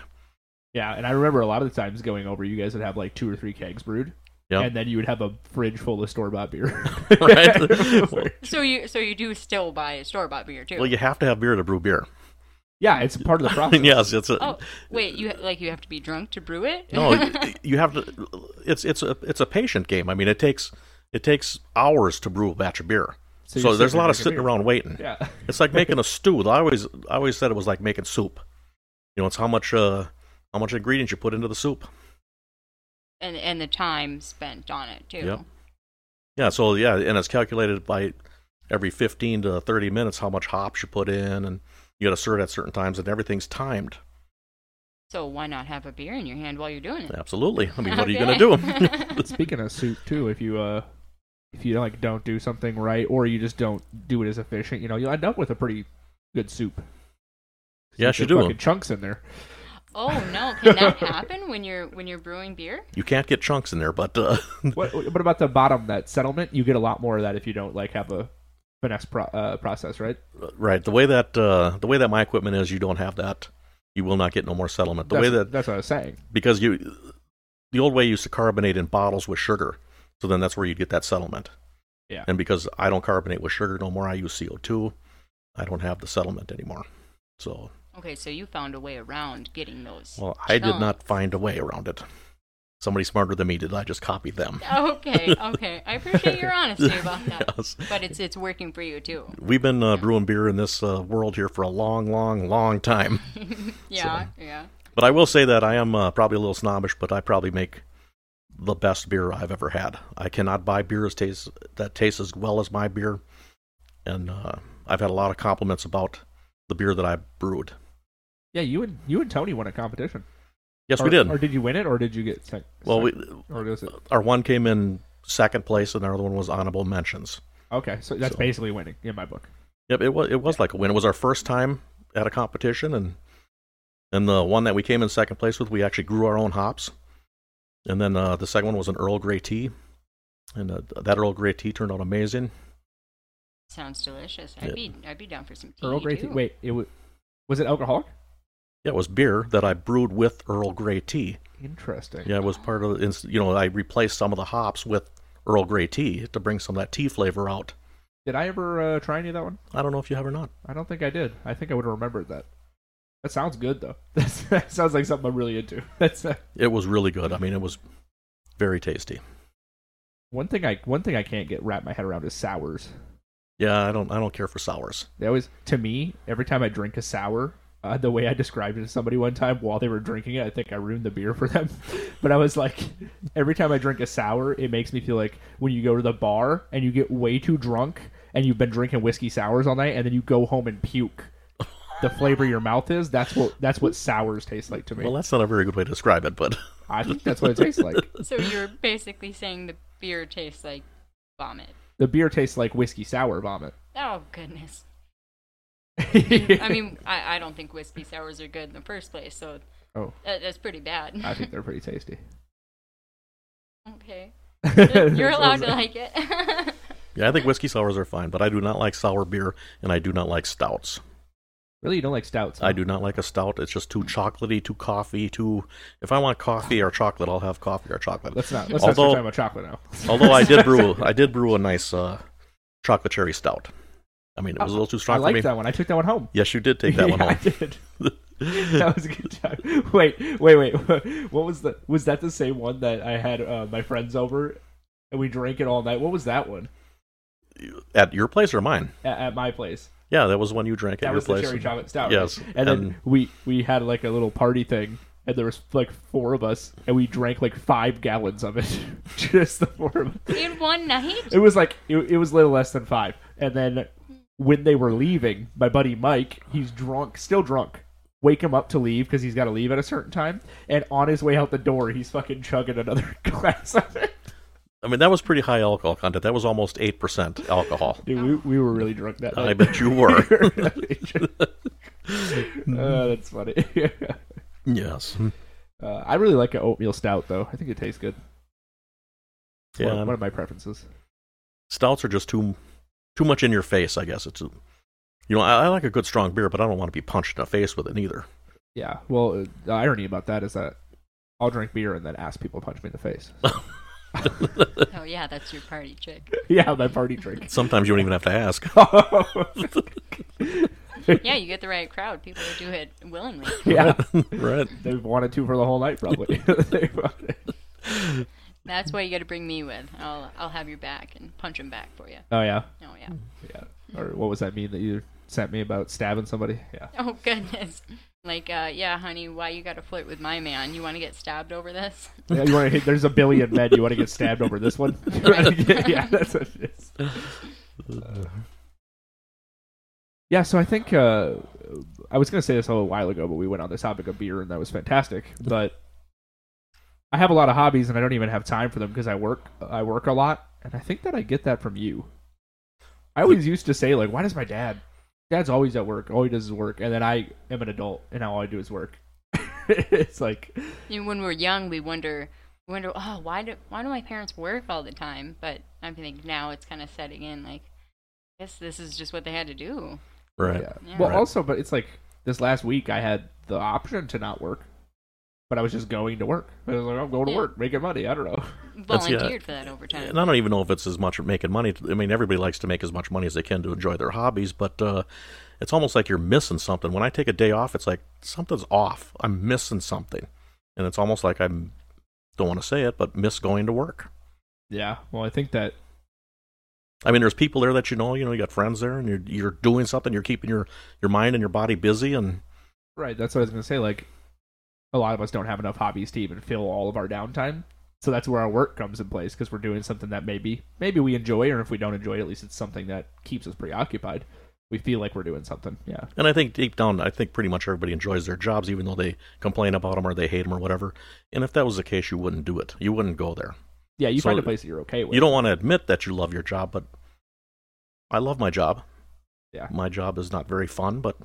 [SPEAKER 1] Yeah, and I remember a lot of the times going over, you guys would have like two or three kegs brewed,
[SPEAKER 3] Yeah.
[SPEAKER 1] and then you would have a fridge full of store bought beer.
[SPEAKER 3] Right?
[SPEAKER 2] so you so you do still buy store bought beer too.
[SPEAKER 3] well, you have to have beer to brew beer.
[SPEAKER 1] yeah, it's part of the process.
[SPEAKER 3] yes, it's a,
[SPEAKER 2] oh wait, you like you have to be drunk to brew it?
[SPEAKER 3] No, y- you have to. It's it's a it's a patient game. I mean, it takes it takes hours to brew a batch of beer. So,
[SPEAKER 1] So you're
[SPEAKER 3] there's a
[SPEAKER 1] sitting
[SPEAKER 3] lot of
[SPEAKER 1] drinking
[SPEAKER 3] sitting
[SPEAKER 1] beer.
[SPEAKER 3] around waiting.
[SPEAKER 1] Yeah.
[SPEAKER 3] It's like making a stew. I always I always said it was like making soup. You know, it's how much uh how much ingredients you put into the soup.
[SPEAKER 2] and and the time spent on it too.
[SPEAKER 3] Yep. Yeah. So yeah, and it's calculated by every 15 to 30 minutes how much hops you put in, and you got to serve at certain times, and everything's timed.
[SPEAKER 2] So why not have a beer in your hand while you're doing it?
[SPEAKER 3] Absolutely. I mean, what are you
[SPEAKER 2] Okay.
[SPEAKER 3] going to do?
[SPEAKER 1] Speaking of soup too, if you uh if you like don't do something right or you just don't do it as efficient, you know, you'll end up with a pretty good soup.
[SPEAKER 3] Yes, you
[SPEAKER 1] There's
[SPEAKER 3] do.
[SPEAKER 1] Fucking chunks in there.
[SPEAKER 2] oh no, can that happen when you're when you're brewing beer?
[SPEAKER 3] you can't get chunks in there, but uh,
[SPEAKER 1] What, what about the bottom that settlement? You get a lot more of that if you don't like have a finesse pro- uh, process, right?
[SPEAKER 3] right the way that uh, the way that my equipment is, you don't have that. You will not get no more settlement. The
[SPEAKER 1] that's,
[SPEAKER 3] way that
[SPEAKER 1] that's what I was saying.
[SPEAKER 3] because you the old way you used to carbonate in bottles with sugar so then that's where you'd get that settlement
[SPEAKER 1] Yeah.
[SPEAKER 3] and because i don't carbonate with sugar no more i use co2 i don't have the settlement anymore so
[SPEAKER 2] Okay, so you found a way around getting those.
[SPEAKER 3] well i did
[SPEAKER 2] chunks.
[SPEAKER 3] not find a way around it somebody smarter than me did i just copied them
[SPEAKER 2] Okay, okay. I appreciate your honesty about that.
[SPEAKER 3] Yes.
[SPEAKER 2] But it's it's working for you too.
[SPEAKER 3] we've been uh, brewing beer in this uh, world here for a long long long time
[SPEAKER 2] Yeah, yeah.
[SPEAKER 3] but i will say that i am uh, probably a little snobbish but i probably make the best beer i've ever had i cannot buy beers taste, that taste as well as my beer and uh, i've had a lot of compliments about the beer that i brewed
[SPEAKER 1] Yeah, you and you and Tony won a competition.
[SPEAKER 3] yes
[SPEAKER 1] or,
[SPEAKER 3] we did
[SPEAKER 1] Or did you win it, or did you get sec-
[SPEAKER 3] well we,
[SPEAKER 1] sec- or was it
[SPEAKER 3] our one came in second place and our other one was honorable mentions
[SPEAKER 1] okay? So that's
[SPEAKER 3] Uh, So-
[SPEAKER 1] basically winning in my book.
[SPEAKER 3] Yep, it was it was like a win. It was our first time at a competition, and and the one that we came in second place with, we actually grew our own hops, and then uh, the second one was an Earl Grey tea, and uh, that Earl Grey tea turned out amazing.
[SPEAKER 2] Sounds delicious. I'd
[SPEAKER 3] Yeah.
[SPEAKER 2] be I'd be down for some tea.
[SPEAKER 1] Earl Grey.
[SPEAKER 2] too.
[SPEAKER 1] Tea. Wait, it was was it alcoholic?
[SPEAKER 3] Yeah, it was beer that I brewed with Earl Grey tea.
[SPEAKER 1] Interesting.
[SPEAKER 3] Yeah, it was part of it's- you know I replaced some of the hops with Earl Grey tea to bring some of that tea flavor out.
[SPEAKER 1] Did I ever uh, try any of that one?
[SPEAKER 3] I don't know if you have or not.
[SPEAKER 1] I don't think I did. I think I would have remembered that. That sounds good though. That's, that sounds like something I'm really into. That's uh,
[SPEAKER 3] It was really good. I mean, it was very tasty.
[SPEAKER 1] one thing I one thing I can't get wrap my head around is sours.
[SPEAKER 3] Yeah, I don't I don't care for sours.
[SPEAKER 1] They always to me every time I drink a sour. Uh, the way I described it to somebody one time while they were drinking it, I think I ruined the beer for them. but I was like, every time I drink a sour, it makes me feel like when you go to the bar and you get way too drunk and you've been drinking whiskey sours all night, and then you go home and puke. The flavor your mouth is that's what that's what sours taste like to me.
[SPEAKER 3] Well, that's not a very good way to describe it, but.
[SPEAKER 1] I think that's what it tastes like.
[SPEAKER 2] So you're basically saying the beer tastes like vomit.
[SPEAKER 1] The beer tastes like whiskey sour vomit.
[SPEAKER 2] Oh goodness. I
[SPEAKER 1] I
[SPEAKER 2] mean, I, I don't think whiskey sours are good in the first place, so
[SPEAKER 1] Oh.
[SPEAKER 2] that, that's pretty bad.
[SPEAKER 1] I think they're pretty tasty.
[SPEAKER 2] okay, you're allowed to
[SPEAKER 1] Those-
[SPEAKER 2] like it.
[SPEAKER 3] Yeah, I think whiskey sours are fine, but I do not like sour beer and I do not like stouts.
[SPEAKER 1] Really, you don't like stouts?
[SPEAKER 3] I do not like a stout. It's just too chocolatey, too coffee, too. If I want coffee or chocolate, I'll have coffee or chocolate.
[SPEAKER 1] Let's not. Let's
[SPEAKER 3] Although-
[SPEAKER 1] not start talking about chocolate now.
[SPEAKER 3] Although I did brew, I did brew a nice uh, chocolate cherry stout. I mean, it was a little too strong
[SPEAKER 1] Oh, I
[SPEAKER 3] for me.
[SPEAKER 1] liked that one. I took that one home.
[SPEAKER 3] Yes, you did take that one
[SPEAKER 1] Yeah, I
[SPEAKER 3] home.
[SPEAKER 1] did. That was a good time. Wait, wait, wait. What was the? Was that the same one that I had uh, my friends over and we drank it all night? What was that one
[SPEAKER 3] At your place or mine?
[SPEAKER 1] at, at my place?
[SPEAKER 3] Yeah, that was one you drank at
[SPEAKER 1] That
[SPEAKER 3] your
[SPEAKER 1] was
[SPEAKER 3] place.
[SPEAKER 1] the cherry chocolate stout. right?
[SPEAKER 3] Yes,
[SPEAKER 1] and,
[SPEAKER 3] and-
[SPEAKER 1] then we we had like a little party thing, and there was like four of us, and we drank like five gallons of it, just the four of us.
[SPEAKER 2] In one night?
[SPEAKER 1] It was like it, it was little less than five. And then when they were leaving, my buddy Mike, he's drunk, still drunk. Wake him up to leave because he's got to leave at a certain time. And on his way out the door, he's fucking chugging another glass of it.
[SPEAKER 3] I mean, that was pretty high alcohol content. That was almost 8% alcohol.
[SPEAKER 1] Dude, we, we were really drunk that
[SPEAKER 3] I
[SPEAKER 1] night.
[SPEAKER 3] bet you were.
[SPEAKER 1] Uh, that's funny.
[SPEAKER 3] yes.
[SPEAKER 1] uh, I really like an oatmeal stout though. I think it tastes good. It's one-
[SPEAKER 3] Yeah.
[SPEAKER 1] one, of my preferences.
[SPEAKER 3] stouts are just too too much in your face. I guess it's a, you know I, I like a good strong beer, but I don't want to be punched in the face with it neither.
[SPEAKER 1] Yeah. Well, uh, the irony about that is that I'll drink beer and then ask people to punch me in the face.
[SPEAKER 2] Oh yeah, that's your party trick.
[SPEAKER 1] yeah, my party drink.
[SPEAKER 3] Sometimes you don't even have to ask.
[SPEAKER 2] Yeah, you get the right crowd. People will do it willingly.
[SPEAKER 1] yeah,
[SPEAKER 3] right?
[SPEAKER 1] they've wanted to for the whole night, probably. They wanted-
[SPEAKER 2] That's what you got to bring me with. I'll I'll have your back and punch him back for you.
[SPEAKER 1] oh yeah,
[SPEAKER 2] Oh
[SPEAKER 3] Mm.
[SPEAKER 2] yeah.
[SPEAKER 1] yeah. Or what was that mean that you sent me about stabbing somebody? Yeah,
[SPEAKER 2] Oh goodness. Like, uh, yeah, honey, why you got to flirt with my man? You want to get stabbed over this?
[SPEAKER 1] yeah you want to? There's a billion men. You want to get stabbed over this one? You wanna get- yeah, that's what it is. Uh-huh. Yeah, so I think uh, I was going to say this a little while ago, but we went on the topic of beer, and that was fantastic. But I have a lot of hobbies, and I don't even have time for them because I work. I work a lot, and I think that I get that from you. I always used to say like, "Why does my dad? Dad's always at work. All he does is work." And then I am an adult, and now all I do is work. it's like
[SPEAKER 2] You know, when we're young, we wonder, we wonder, oh, why do why do my parents work all the time? But I think now it's kind of setting in. Like, I guess this is just what they had to do.
[SPEAKER 3] Right.
[SPEAKER 1] Yeah.
[SPEAKER 2] Yeah.
[SPEAKER 1] Well,
[SPEAKER 3] Right.
[SPEAKER 1] also, but it's like this last week I had the option to not work, but I was just going to work. I was like, I'm going to
[SPEAKER 2] Yeah.
[SPEAKER 1] work, making money. I don't know.
[SPEAKER 3] That's- yeah.
[SPEAKER 2] Volunteered for that overtime.
[SPEAKER 3] And I don't even know if it's as much making money. I mean, everybody likes to make as much money as they can to enjoy their hobbies, but uh, it's almost like you're missing something. When I take a day off, it's like something's off. I'm missing something, and it's almost like I'm don't want to say it, but miss going to work.
[SPEAKER 1] Yeah. Well, I think that
[SPEAKER 3] I mean, there's people there that you know. You know, you got friends there, and you're you're doing something. You're keeping your your mind and your body busy, and
[SPEAKER 1] right. That's what I was gonna say. Like, a lot of us don't have enough hobbies to even fill all of our downtime. So that's where our work comes in place because we're doing something that maybe maybe we enjoy, or if we don't enjoy, it, at least it's something that keeps us preoccupied. We feel like we're doing something. Yeah.
[SPEAKER 3] And I think deep down, I think pretty much everybody enjoys their jobs, even though they complain about them or they hate them or whatever. And if that was the case, you wouldn't do it. You wouldn't go there.
[SPEAKER 1] Yeah. You
[SPEAKER 3] So-
[SPEAKER 1] find a place that you're okay with.
[SPEAKER 3] You don't want to admit that you love your job, but I love my job.
[SPEAKER 1] Yeah.
[SPEAKER 3] My job is not very fun, but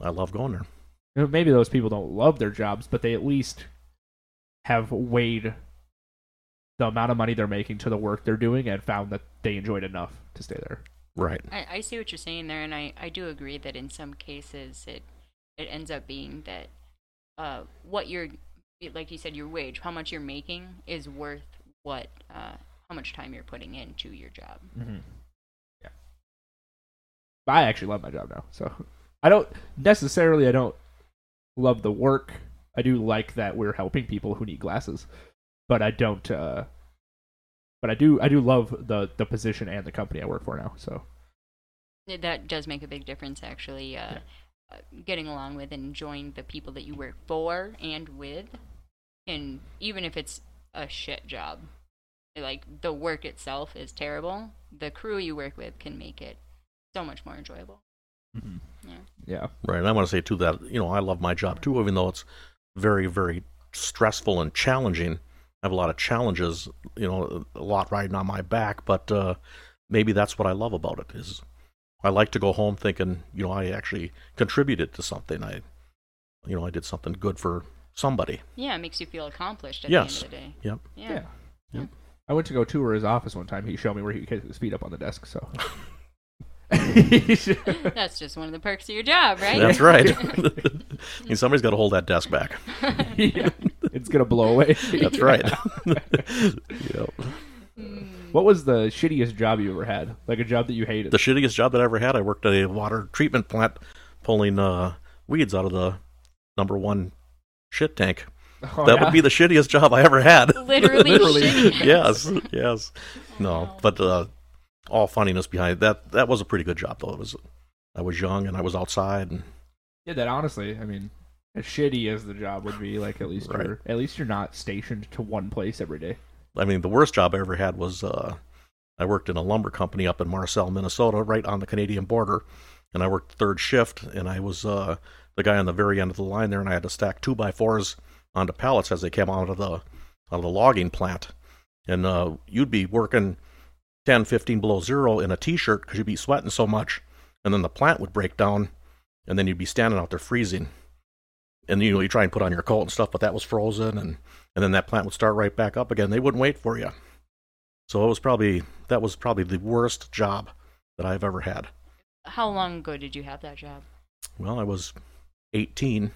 [SPEAKER 3] I love going there.
[SPEAKER 1] You know, maybe those people don't love their jobs, but they at least have weighed the amount of money they're making to the work they're doing and found that they enjoyed enough to stay there.
[SPEAKER 3] Right.
[SPEAKER 2] I, I see what you're saying there, and I, I do agree that in some cases it it ends up being that uh, what you're like you said your wage, how much you're making, is worth what uh, how much time you're putting into your job.
[SPEAKER 1] Mm-hmm. Yeah. But I actually love my job now. So I don't necessarily I don't love the work. I do like that we're helping people who need glasses. But I don't uh but I do I do love the the position and the company I work for now. So
[SPEAKER 2] Th- That does make a big difference, actually. Uh, uh, Getting along with and enjoying the people that you work for and with, and even if it's a shit job, like the work itself is terrible, the crew you work with can make it so much more enjoyable. Yeah.
[SPEAKER 1] yeah.
[SPEAKER 3] Right. And I want to say, too, that, you know, I love my job, too, even though it's very, very stressful and challenging. I have a lot of challenges, you know, a lot riding on my back, but uh, maybe that's what I love about it is I like to go home thinking, you know, I actually contributed to something. I, you know, I did something good for somebody.
[SPEAKER 2] Yeah, it makes you feel accomplished at
[SPEAKER 3] Yes.
[SPEAKER 2] the end of the day.
[SPEAKER 3] Yep.
[SPEAKER 2] Yeah.
[SPEAKER 1] Yeah. I went to go tour his office one time. He showed me where he could his feet up on the desk. So.
[SPEAKER 2] That's just one of the perks of your job, right?
[SPEAKER 3] That's right. and somebody's got to hold that desk back.
[SPEAKER 1] Yeah. It's gonna blow away.
[SPEAKER 3] That's right. Yep.
[SPEAKER 1] What was the shittiest job you ever had? Like a job that you hated?
[SPEAKER 3] the shittiest job that I ever had. I worked at a water treatment plant pulling uh, weeds out of the number one shit tank.
[SPEAKER 1] Oh,
[SPEAKER 3] that
[SPEAKER 1] yeah?
[SPEAKER 3] would be the shittiest job I ever had.
[SPEAKER 2] Literally, shitty.
[SPEAKER 3] yes, yes. No, but uh, all funniness behind it. that. That was a pretty good job though. It was. I was young and I was outside. And,
[SPEAKER 1] Yeah, that honestly. I mean, as shitty as the job would be, like at least
[SPEAKER 3] Right.
[SPEAKER 1] you're at least you're not stationed to one place every day.
[SPEAKER 3] I mean, the worst job I ever had was uh, I worked in a lumber company up in Marcel, Minnesota, right on the Canadian border, and I worked third shift, and I was uh, the guy on the very end of the line there, and I had to stack two by fours onto pallets as they came out of the out of the logging plant, and uh, you'd be working 10, 15 below zero in a t-shirt because you'd be sweating so much, and then the plant would break down, and then you'd be standing out there freezing. And you know you try and put on your coat and stuff, but that was frozen, and and then that plant would start right back up again. They wouldn't wait for you. So it was probably that was probably the worst job that I've ever had.
[SPEAKER 2] How long ago did you have that job?
[SPEAKER 3] Well, I was 18.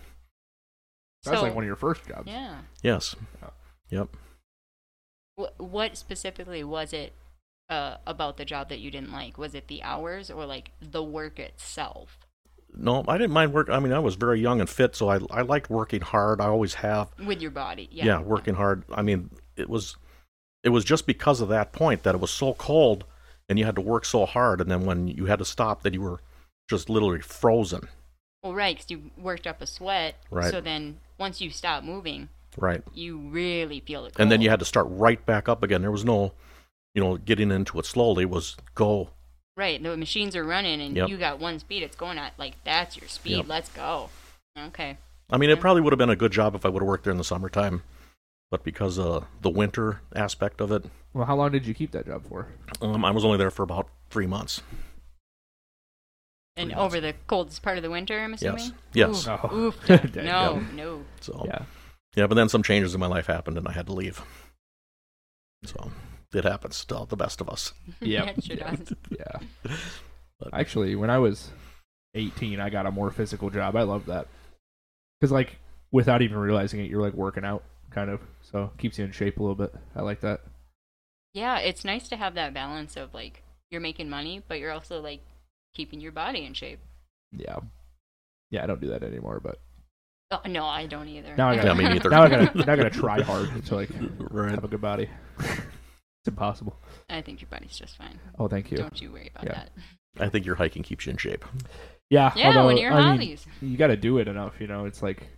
[SPEAKER 1] That's
[SPEAKER 2] So-
[SPEAKER 1] like one of your first jobs.
[SPEAKER 2] Yeah.
[SPEAKER 3] Yes.
[SPEAKER 1] Yeah.
[SPEAKER 3] Yep.
[SPEAKER 2] Wh- What specifically was it uh, about the job that you didn't like? Was it the hours or like the work itself?
[SPEAKER 3] No, I didn't mind work. I mean, I was very young and fit, so I I liked working hard. I always have.
[SPEAKER 2] With your body. Yeah.
[SPEAKER 3] yeah, working hard. I mean, it was it was just because of that point that it was so cold and you had to work so hard and then when you had to stop that you were just literally frozen.
[SPEAKER 2] Well, right, 'cause you worked up a sweat.
[SPEAKER 3] Right.
[SPEAKER 2] So then once you stop moving,
[SPEAKER 3] Right.
[SPEAKER 2] you really feel it.
[SPEAKER 3] and then you
[SPEAKER 2] cold.
[SPEAKER 3] had to start right back up again. There was no, you know, getting into it slowly. It was go
[SPEAKER 2] Right, the machines are running, and
[SPEAKER 3] Yep.
[SPEAKER 2] you got one speed. It's going at like that's your speed.
[SPEAKER 3] Yep.
[SPEAKER 2] Let's go. Okay.
[SPEAKER 3] I mean, it probably would have been a good job if I would have worked there in the summertime, but because of the winter aspect of it,
[SPEAKER 1] Well, how long did you keep that job for?
[SPEAKER 3] um, I was only there for about three months.
[SPEAKER 2] And
[SPEAKER 3] Pretty
[SPEAKER 2] over the coldest part of the winter, I'm assuming.
[SPEAKER 3] Yes, yes.
[SPEAKER 1] No.
[SPEAKER 2] Oof.
[SPEAKER 1] Dang,
[SPEAKER 2] no, no.
[SPEAKER 3] So yeah.
[SPEAKER 1] Yeah.
[SPEAKER 3] but then some changes in my life happened, and I had to leave. So it happens to all the best of us.
[SPEAKER 1] Yep.
[SPEAKER 2] That shit does.
[SPEAKER 1] Yeah.
[SPEAKER 3] But-
[SPEAKER 1] Actually, when I was 18, I got a more physical job. I love that. Because, like, without even realizing it, you're, like, working out, kind of. So, keeps you in shape a little bit. I like that.
[SPEAKER 2] Yeah, it's nice to have that balance of like you're making money, but you're also like keeping your body in shape.
[SPEAKER 1] Yeah. Yeah, I don't do that anymore, but
[SPEAKER 2] Oh, no, I don't either.
[SPEAKER 1] Now I
[SPEAKER 3] Yeah, me neither.
[SPEAKER 1] now I gotta, now I gotta try hard to, like,
[SPEAKER 3] Right.
[SPEAKER 1] have a good body. it's impossible.
[SPEAKER 2] I think your body's just fine.
[SPEAKER 1] Oh, thank you.
[SPEAKER 2] Don't you worry about
[SPEAKER 1] Yeah.
[SPEAKER 2] that.
[SPEAKER 3] I think your hiking keeps you in shape.
[SPEAKER 1] Yeah.
[SPEAKER 2] Yeah,
[SPEAKER 1] although,
[SPEAKER 2] when you're
[SPEAKER 1] I mean,
[SPEAKER 2] hobbies.
[SPEAKER 1] you got to do it enough, you know. It's like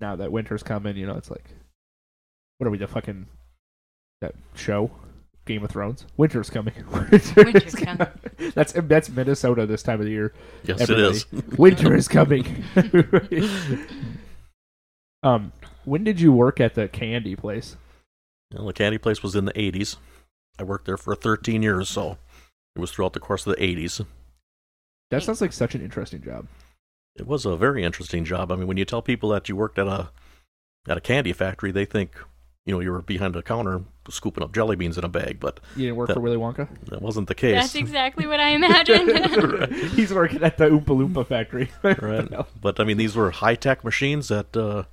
[SPEAKER 1] now that winter's coming, you know, it's like what are we the fucking that show Game of Thrones? Winter's coming. Winter's
[SPEAKER 2] Winter's
[SPEAKER 1] That's that's Minnesota this time of the year.
[SPEAKER 3] Yes,
[SPEAKER 1] Everybody.
[SPEAKER 3] it is.
[SPEAKER 1] Winter is coming. um, when did you work at the candy place?
[SPEAKER 3] Well, the candy place was in the 80s. I worked there for 13 years, so it was throughout the course of the 80s.
[SPEAKER 1] That sounds like such an interesting job.
[SPEAKER 3] It was a very interesting job. I mean, when you tell people that you worked at a at a candy factory, they think you know you were behind a counter scooping up jelly beans in a bag, but
[SPEAKER 1] You didn't work
[SPEAKER 3] That-
[SPEAKER 1] for Willy Wonka.
[SPEAKER 3] that wasn't the case.
[SPEAKER 2] That's exactly what I imagined.
[SPEAKER 1] He's working at the Oompa Loompa factory.
[SPEAKER 3] right. But I mean, these were high tech machines that uh,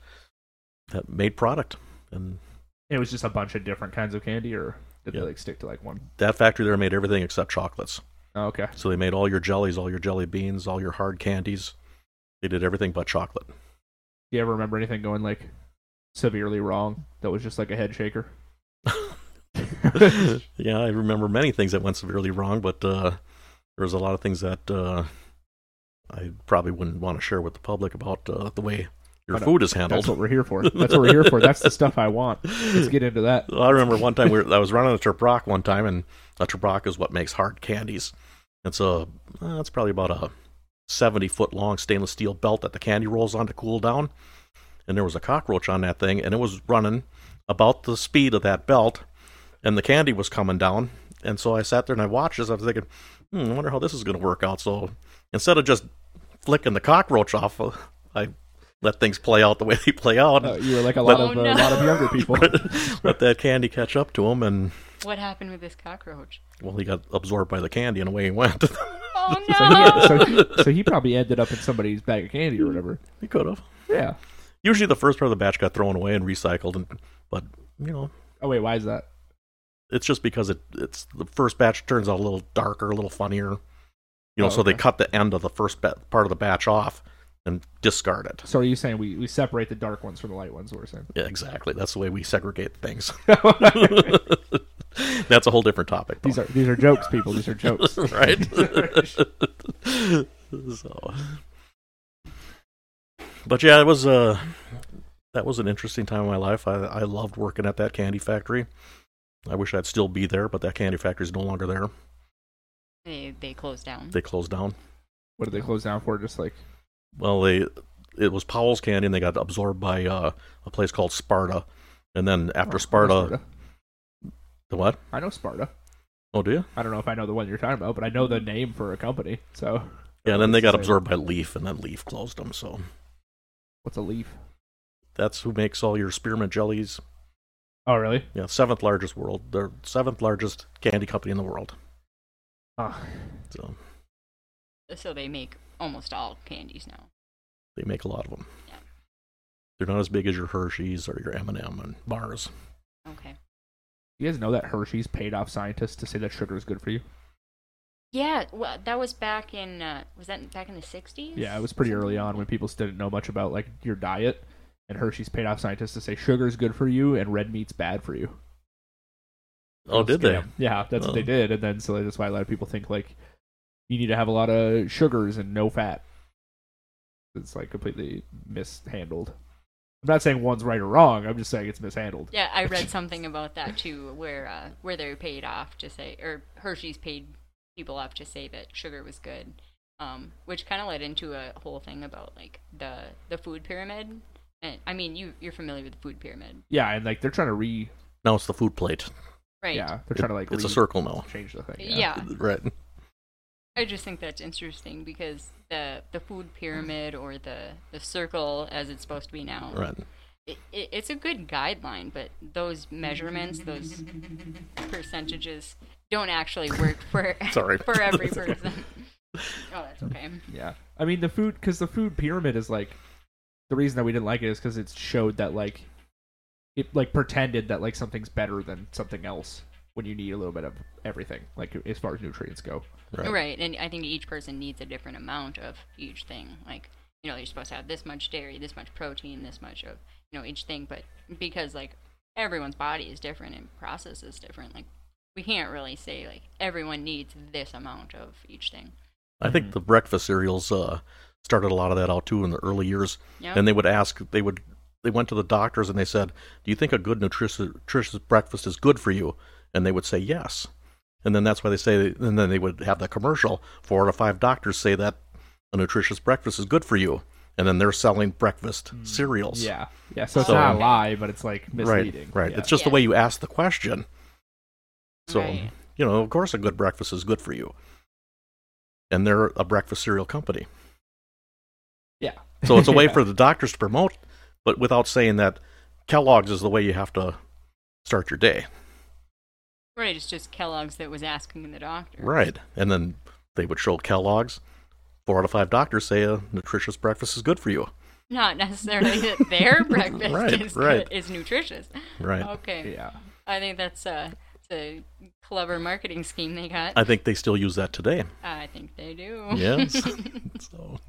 [SPEAKER 3] that made product, and
[SPEAKER 1] It was just a bunch of different kinds of candy, or did
[SPEAKER 3] Yeah.
[SPEAKER 1] they like stick to like one?
[SPEAKER 3] that factory there made everything except chocolates.
[SPEAKER 1] Oh, okay.
[SPEAKER 3] So they made all your jellies, all your jelly beans, all your hard candies. They did everything but chocolate.
[SPEAKER 1] Do you ever remember anything going like severely wrong that was just like a head shaker?
[SPEAKER 3] yeah, I remember many things that went severely wrong, but uh, there was a lot of things that uh, I probably wouldn't want to share with the public about uh, the way your
[SPEAKER 1] I know.
[SPEAKER 3] food is
[SPEAKER 1] That's
[SPEAKER 3] handled.
[SPEAKER 1] what we're here for. That's what we're here for. That's the stuff I want. Let's get into that.
[SPEAKER 3] I remember one time we were, I was running a Tobrach one time, and a Tobrach is what makes hard candies. It's a uh, it's probably about a seventy foot long stainless steel belt that the candy rolls on to cool down. And there was a cockroach on that thing, and it was running about the speed of that belt, and the candy was coming down. And so I sat there and I watched this. I was thinking, hmm, I wonder how this is going to work out. So instead of just flicking the cockroach off, uh, I let things play out the way they play out.
[SPEAKER 1] Uh, you were like a lot
[SPEAKER 2] Oh,
[SPEAKER 1] of uh, a
[SPEAKER 2] no.
[SPEAKER 1] lot of younger people.
[SPEAKER 3] let that candy catch up to him, and
[SPEAKER 2] what happened with this cockroach?
[SPEAKER 3] well, he got absorbed by the candy, and away he went.
[SPEAKER 2] Oh
[SPEAKER 1] So he,
[SPEAKER 2] no!
[SPEAKER 1] so, so he probably ended up in somebody's bag of candy or whatever.
[SPEAKER 3] he could have.
[SPEAKER 1] Yeah.
[SPEAKER 3] Usually, the first part of the batch got thrown away and recycled, and but you know,
[SPEAKER 1] Oh wait, why is that?
[SPEAKER 3] it's just because it it's the first batch turns out a little darker, a little funnier. You know,
[SPEAKER 1] Oh,
[SPEAKER 3] so they
[SPEAKER 1] okay.
[SPEAKER 3] cut the end of the first ba- part of the batch off and discard it.
[SPEAKER 1] So are you saying we, we separate the dark ones from the light ones? We're saying.
[SPEAKER 3] Yeah, exactly. That's the way we segregate things. That's a whole different topic.
[SPEAKER 1] these
[SPEAKER 3] though.
[SPEAKER 1] are these are jokes, people. These are jokes.
[SPEAKER 3] right? so, but yeah, it was uh that was an interesting time in my life. I I loved working at that candy factory. I wish I'd still be there, but that candy factory is no longer there.
[SPEAKER 2] They they closed down.
[SPEAKER 3] They closed down.
[SPEAKER 1] What did they close down for? Just like
[SPEAKER 3] Well, they it was Powell's Candy, and they got absorbed by uh, a place called Sparta, and then after
[SPEAKER 1] oh,
[SPEAKER 3] Sparta, the what?
[SPEAKER 1] I know Sparta.
[SPEAKER 3] Oh, do you?
[SPEAKER 1] I don't know if I know the one you're talking about, but I know the name for a company. So
[SPEAKER 3] Yeah, and then they got
[SPEAKER 1] Same.
[SPEAKER 3] absorbed by Leaf, and then Leaf closed them. So
[SPEAKER 1] what's a leaf?
[SPEAKER 3] that's who makes all your spearmint jellies,
[SPEAKER 1] Oh, really?
[SPEAKER 3] Yeah, seventh largest world. They're seventh largest candy company in the world.
[SPEAKER 1] Ah.
[SPEAKER 3] So
[SPEAKER 2] So they make almost all candies now.
[SPEAKER 3] they make a lot of them.
[SPEAKER 2] Yeah.
[SPEAKER 3] They're not as big as your Hershey's or your M&M and Mars.
[SPEAKER 2] Okay.
[SPEAKER 1] You guys know that Hershey's paid off scientists to say that sugar is good for you?
[SPEAKER 2] Yeah, well, that was back in uh, was that back in the '60s?
[SPEAKER 1] Yeah, it was pretty early on when people didn't know much about like your diet, and Hershey's paid off scientists to say sugar is good for you and red meat's bad for you.
[SPEAKER 3] Oh, did they?
[SPEAKER 1] Yeah, Yeah, that's what they
[SPEAKER 3] Oh.
[SPEAKER 1] did, and then so that's why a lot of people think like you need to have a lot of sugars and no fat. It's like completely mishandled. I'm not saying one's right or wrong. I'm just saying it's mishandled.
[SPEAKER 2] Yeah, I read something about that too, where uh, where they were paid off to say, or Hershey's paid people up to say that sugar was good, um, which kind of led into a whole thing about like the the food pyramid. And I mean, you you're familiar with the food pyramid,
[SPEAKER 1] Yeah, and like they're trying to re.
[SPEAKER 3] Now it's the food plate.
[SPEAKER 2] right?
[SPEAKER 1] Yeah, they're trying to like
[SPEAKER 3] It's a
[SPEAKER 1] re-
[SPEAKER 3] circle now.
[SPEAKER 1] change the thing.
[SPEAKER 2] Yeah.
[SPEAKER 3] Right.
[SPEAKER 2] I just think that's interesting because the the food pyramid or the the circle as it's supposed to be now.
[SPEAKER 3] Right.
[SPEAKER 2] it, it, it's a good guideline, but those measurements, those percentages, don't actually work for
[SPEAKER 3] Sorry.
[SPEAKER 2] for every person. oh, that's okay.
[SPEAKER 1] Yeah. I mean, the food, because the food pyramid is like, the reason that we didn't like it is because it showed that, like, it, like, pretended that, like, something's better than something else when you need a little bit of everything, like, as far as nutrients go.
[SPEAKER 3] Right.
[SPEAKER 2] Right, and I think each person needs a different amount of each thing. Like, you know, you're supposed to have this much dairy, this much protein, this much of, you know, each thing, but because, like, everyone's body is different and process is different, like, we can't really say, like, everyone needs this amount of each thing.
[SPEAKER 3] I think the breakfast cereals uh, started a lot of that out too in the early years.
[SPEAKER 2] Yeah.
[SPEAKER 3] And they would ask, they would, they went to the doctors and they said, "Do you think a good nutritious, nutritious breakfast is good for you?" And they would say yes. And then that's why they say, and then they would have the commercial. Four out of five doctors say that a nutritious breakfast is good for you, and then they're selling breakfast cereals.
[SPEAKER 1] Hmm. Yeah. Yeah. So, it's
[SPEAKER 3] So-
[SPEAKER 1] not a lie, but it's, like, misleading.
[SPEAKER 3] Right, right.
[SPEAKER 1] Yeah.
[SPEAKER 3] It's just the
[SPEAKER 2] Yeah.
[SPEAKER 3] way you ask the question. So,
[SPEAKER 2] Right.
[SPEAKER 3] you know, of course, a good breakfast is good for you. And they're a breakfast cereal company.
[SPEAKER 1] yeah.
[SPEAKER 3] So it's a way
[SPEAKER 1] Yeah.
[SPEAKER 3] for the doctors to promote, but without saying that Kellogg's is the way you have to start your day.
[SPEAKER 2] Right, it's just Kellogg's that was asking the doctor.
[SPEAKER 3] Right. And then they would show Kellogg's. Four out of five doctors say a nutritious breakfast is good for you.
[SPEAKER 2] Not necessarily that their breakfast
[SPEAKER 3] Right,
[SPEAKER 2] is,
[SPEAKER 3] right.
[SPEAKER 2] is nutritious.
[SPEAKER 3] Right.
[SPEAKER 2] Okay.
[SPEAKER 1] Yeah.
[SPEAKER 2] I think that's a, it's a clever marketing scheme they got.
[SPEAKER 3] I think they still use that today.
[SPEAKER 2] I think they do.
[SPEAKER 3] Yes. so,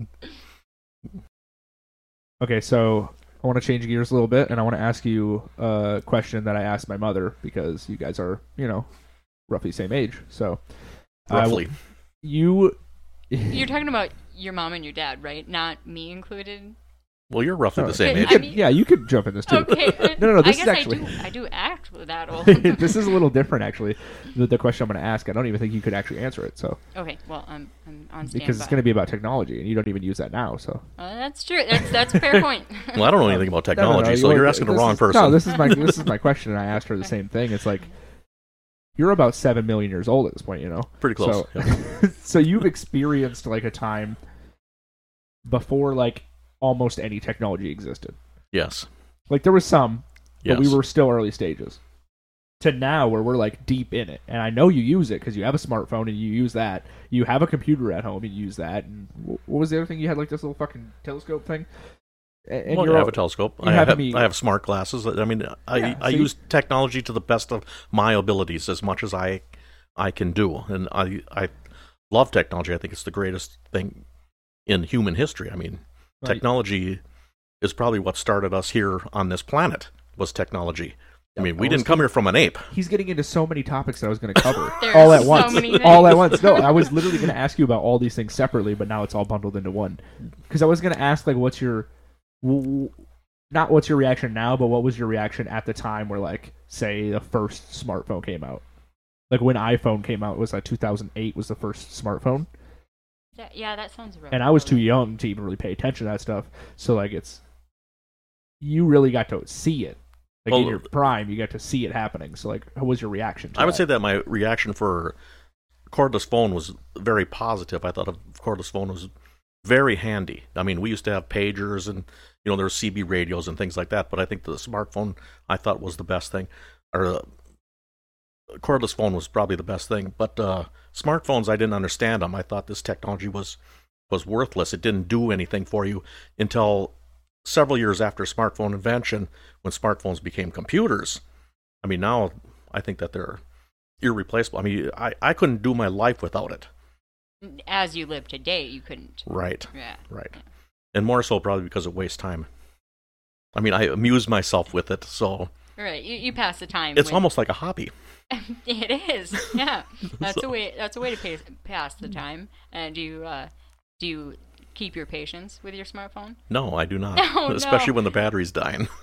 [SPEAKER 1] Okay, so I want to change gears a little bit, and I want to ask you a question that I asked my mother because you guys are, you know, roughly same age. So I w-
[SPEAKER 3] roughly.
[SPEAKER 1] you,
[SPEAKER 2] You're talking about your mom and your dad, right? Not me included.
[SPEAKER 3] well, you're roughly the
[SPEAKER 1] Sorry.
[SPEAKER 3] same
[SPEAKER 2] Okay,
[SPEAKER 3] age.
[SPEAKER 2] I mean-
[SPEAKER 1] Oh, yeah, you could jump in this too.
[SPEAKER 2] Okay.
[SPEAKER 1] No, no, no, this
[SPEAKER 2] I
[SPEAKER 1] is
[SPEAKER 2] guess
[SPEAKER 1] actually-
[SPEAKER 2] I do. I do act that old.
[SPEAKER 1] this is a little different, actually. The, the question I'm going to ask, I don't even think you could actually answer it. So
[SPEAKER 2] okay. Well, I'm I'm on standby.
[SPEAKER 1] because it's going to be about technology, and you don't even use that now. So
[SPEAKER 2] Oh, that's true. That's that's a fair point.
[SPEAKER 3] Well, I don't know anything about
[SPEAKER 1] No, no, no,
[SPEAKER 3] technology, so
[SPEAKER 1] you-
[SPEAKER 3] you're asking the
[SPEAKER 1] this
[SPEAKER 3] wrong
[SPEAKER 1] is-
[SPEAKER 3] person.
[SPEAKER 1] No, this is my this is my question, and I asked her the same thing. It's like you're about seven million years old at this point, you know.
[SPEAKER 3] Pretty close.
[SPEAKER 1] So,
[SPEAKER 3] yeah.
[SPEAKER 1] so you've experienced like a time before like almost any technology existed.
[SPEAKER 3] Yes.
[SPEAKER 1] Like there was some,
[SPEAKER 3] Yes.
[SPEAKER 1] but we were still early stages. To now where we're like deep in it, and I know you use it because you have a smartphone and you use that. You have a computer at home and you use that. And wh- what was the other thing you had? Like this little fucking telescope thing. A- And,
[SPEAKER 3] well,
[SPEAKER 1] you're
[SPEAKER 3] I have
[SPEAKER 1] all-
[SPEAKER 3] a telescope.
[SPEAKER 1] you
[SPEAKER 3] I
[SPEAKER 1] have
[SPEAKER 3] have,
[SPEAKER 1] me-
[SPEAKER 3] I have smart glasses. I mean, I,
[SPEAKER 1] Yeah,
[SPEAKER 3] I
[SPEAKER 1] so you-
[SPEAKER 3] use technology to the best of my abilities as much as I I can do, and I I love technology. I think it's the greatest thing in human history. I mean,
[SPEAKER 1] Right.
[SPEAKER 3] technology is probably what started us here on this planet was technology. I
[SPEAKER 1] Yeah,
[SPEAKER 3] mean, we
[SPEAKER 1] I was
[SPEAKER 3] didn't come here from an ape.
[SPEAKER 1] He's getting into so many topics that I was going to cover
[SPEAKER 2] There's
[SPEAKER 1] all at
[SPEAKER 2] so
[SPEAKER 1] once.
[SPEAKER 2] many
[SPEAKER 1] all at
[SPEAKER 2] things.
[SPEAKER 1] once. No, I was literally going to ask you about all these things separately, but now it's all bundled into one. Because I was going to ask, like, what's your, w- w- not what's your reaction now, but what was your reaction at the time where, like, say, the first smartphone came out? Like when iPhone came out, it was like 2008 was the first smartphone,
[SPEAKER 2] Yeah, yeah, that sounds right.
[SPEAKER 1] and I was too young to even really pay attention to that stuff. So like, it's you really got to see it, like in
[SPEAKER 3] Well-
[SPEAKER 1] your prime, you got to see it happening. So like, what was your reaction? To
[SPEAKER 3] I would
[SPEAKER 1] that?
[SPEAKER 3] say that my reaction for cordless phone was very positive. I thought a cordless phone was very handy. I mean, we used to have pagers and you know there were CB radios and things like that, but I think the smartphone I thought was the best thing, or uh, cordless phone was probably the best thing. But uh, smartphones, I didn't understand them. I thought this technology was was worthless. It didn't do anything for you until several years after smartphone invention, when smartphones became computers. I mean, now I think that they're irreplaceable. I mean, I, I couldn't do my life without it.
[SPEAKER 2] As you live today, you couldn't.
[SPEAKER 3] Right,
[SPEAKER 2] Yeah.
[SPEAKER 3] right. And more so probably because it wastes time. I mean, I amuse myself with it, so
[SPEAKER 2] Right. You, you pass the time.
[SPEAKER 3] it's
[SPEAKER 2] with-
[SPEAKER 3] almost like a hobby.
[SPEAKER 2] it is. Yeah. That's
[SPEAKER 3] So-
[SPEAKER 2] a way. That's a way to pass, pass the time. And do you uh, do you keep your patience with your smartphone?
[SPEAKER 3] No, I do not.
[SPEAKER 2] No, no.
[SPEAKER 3] Especially when the battery's dying.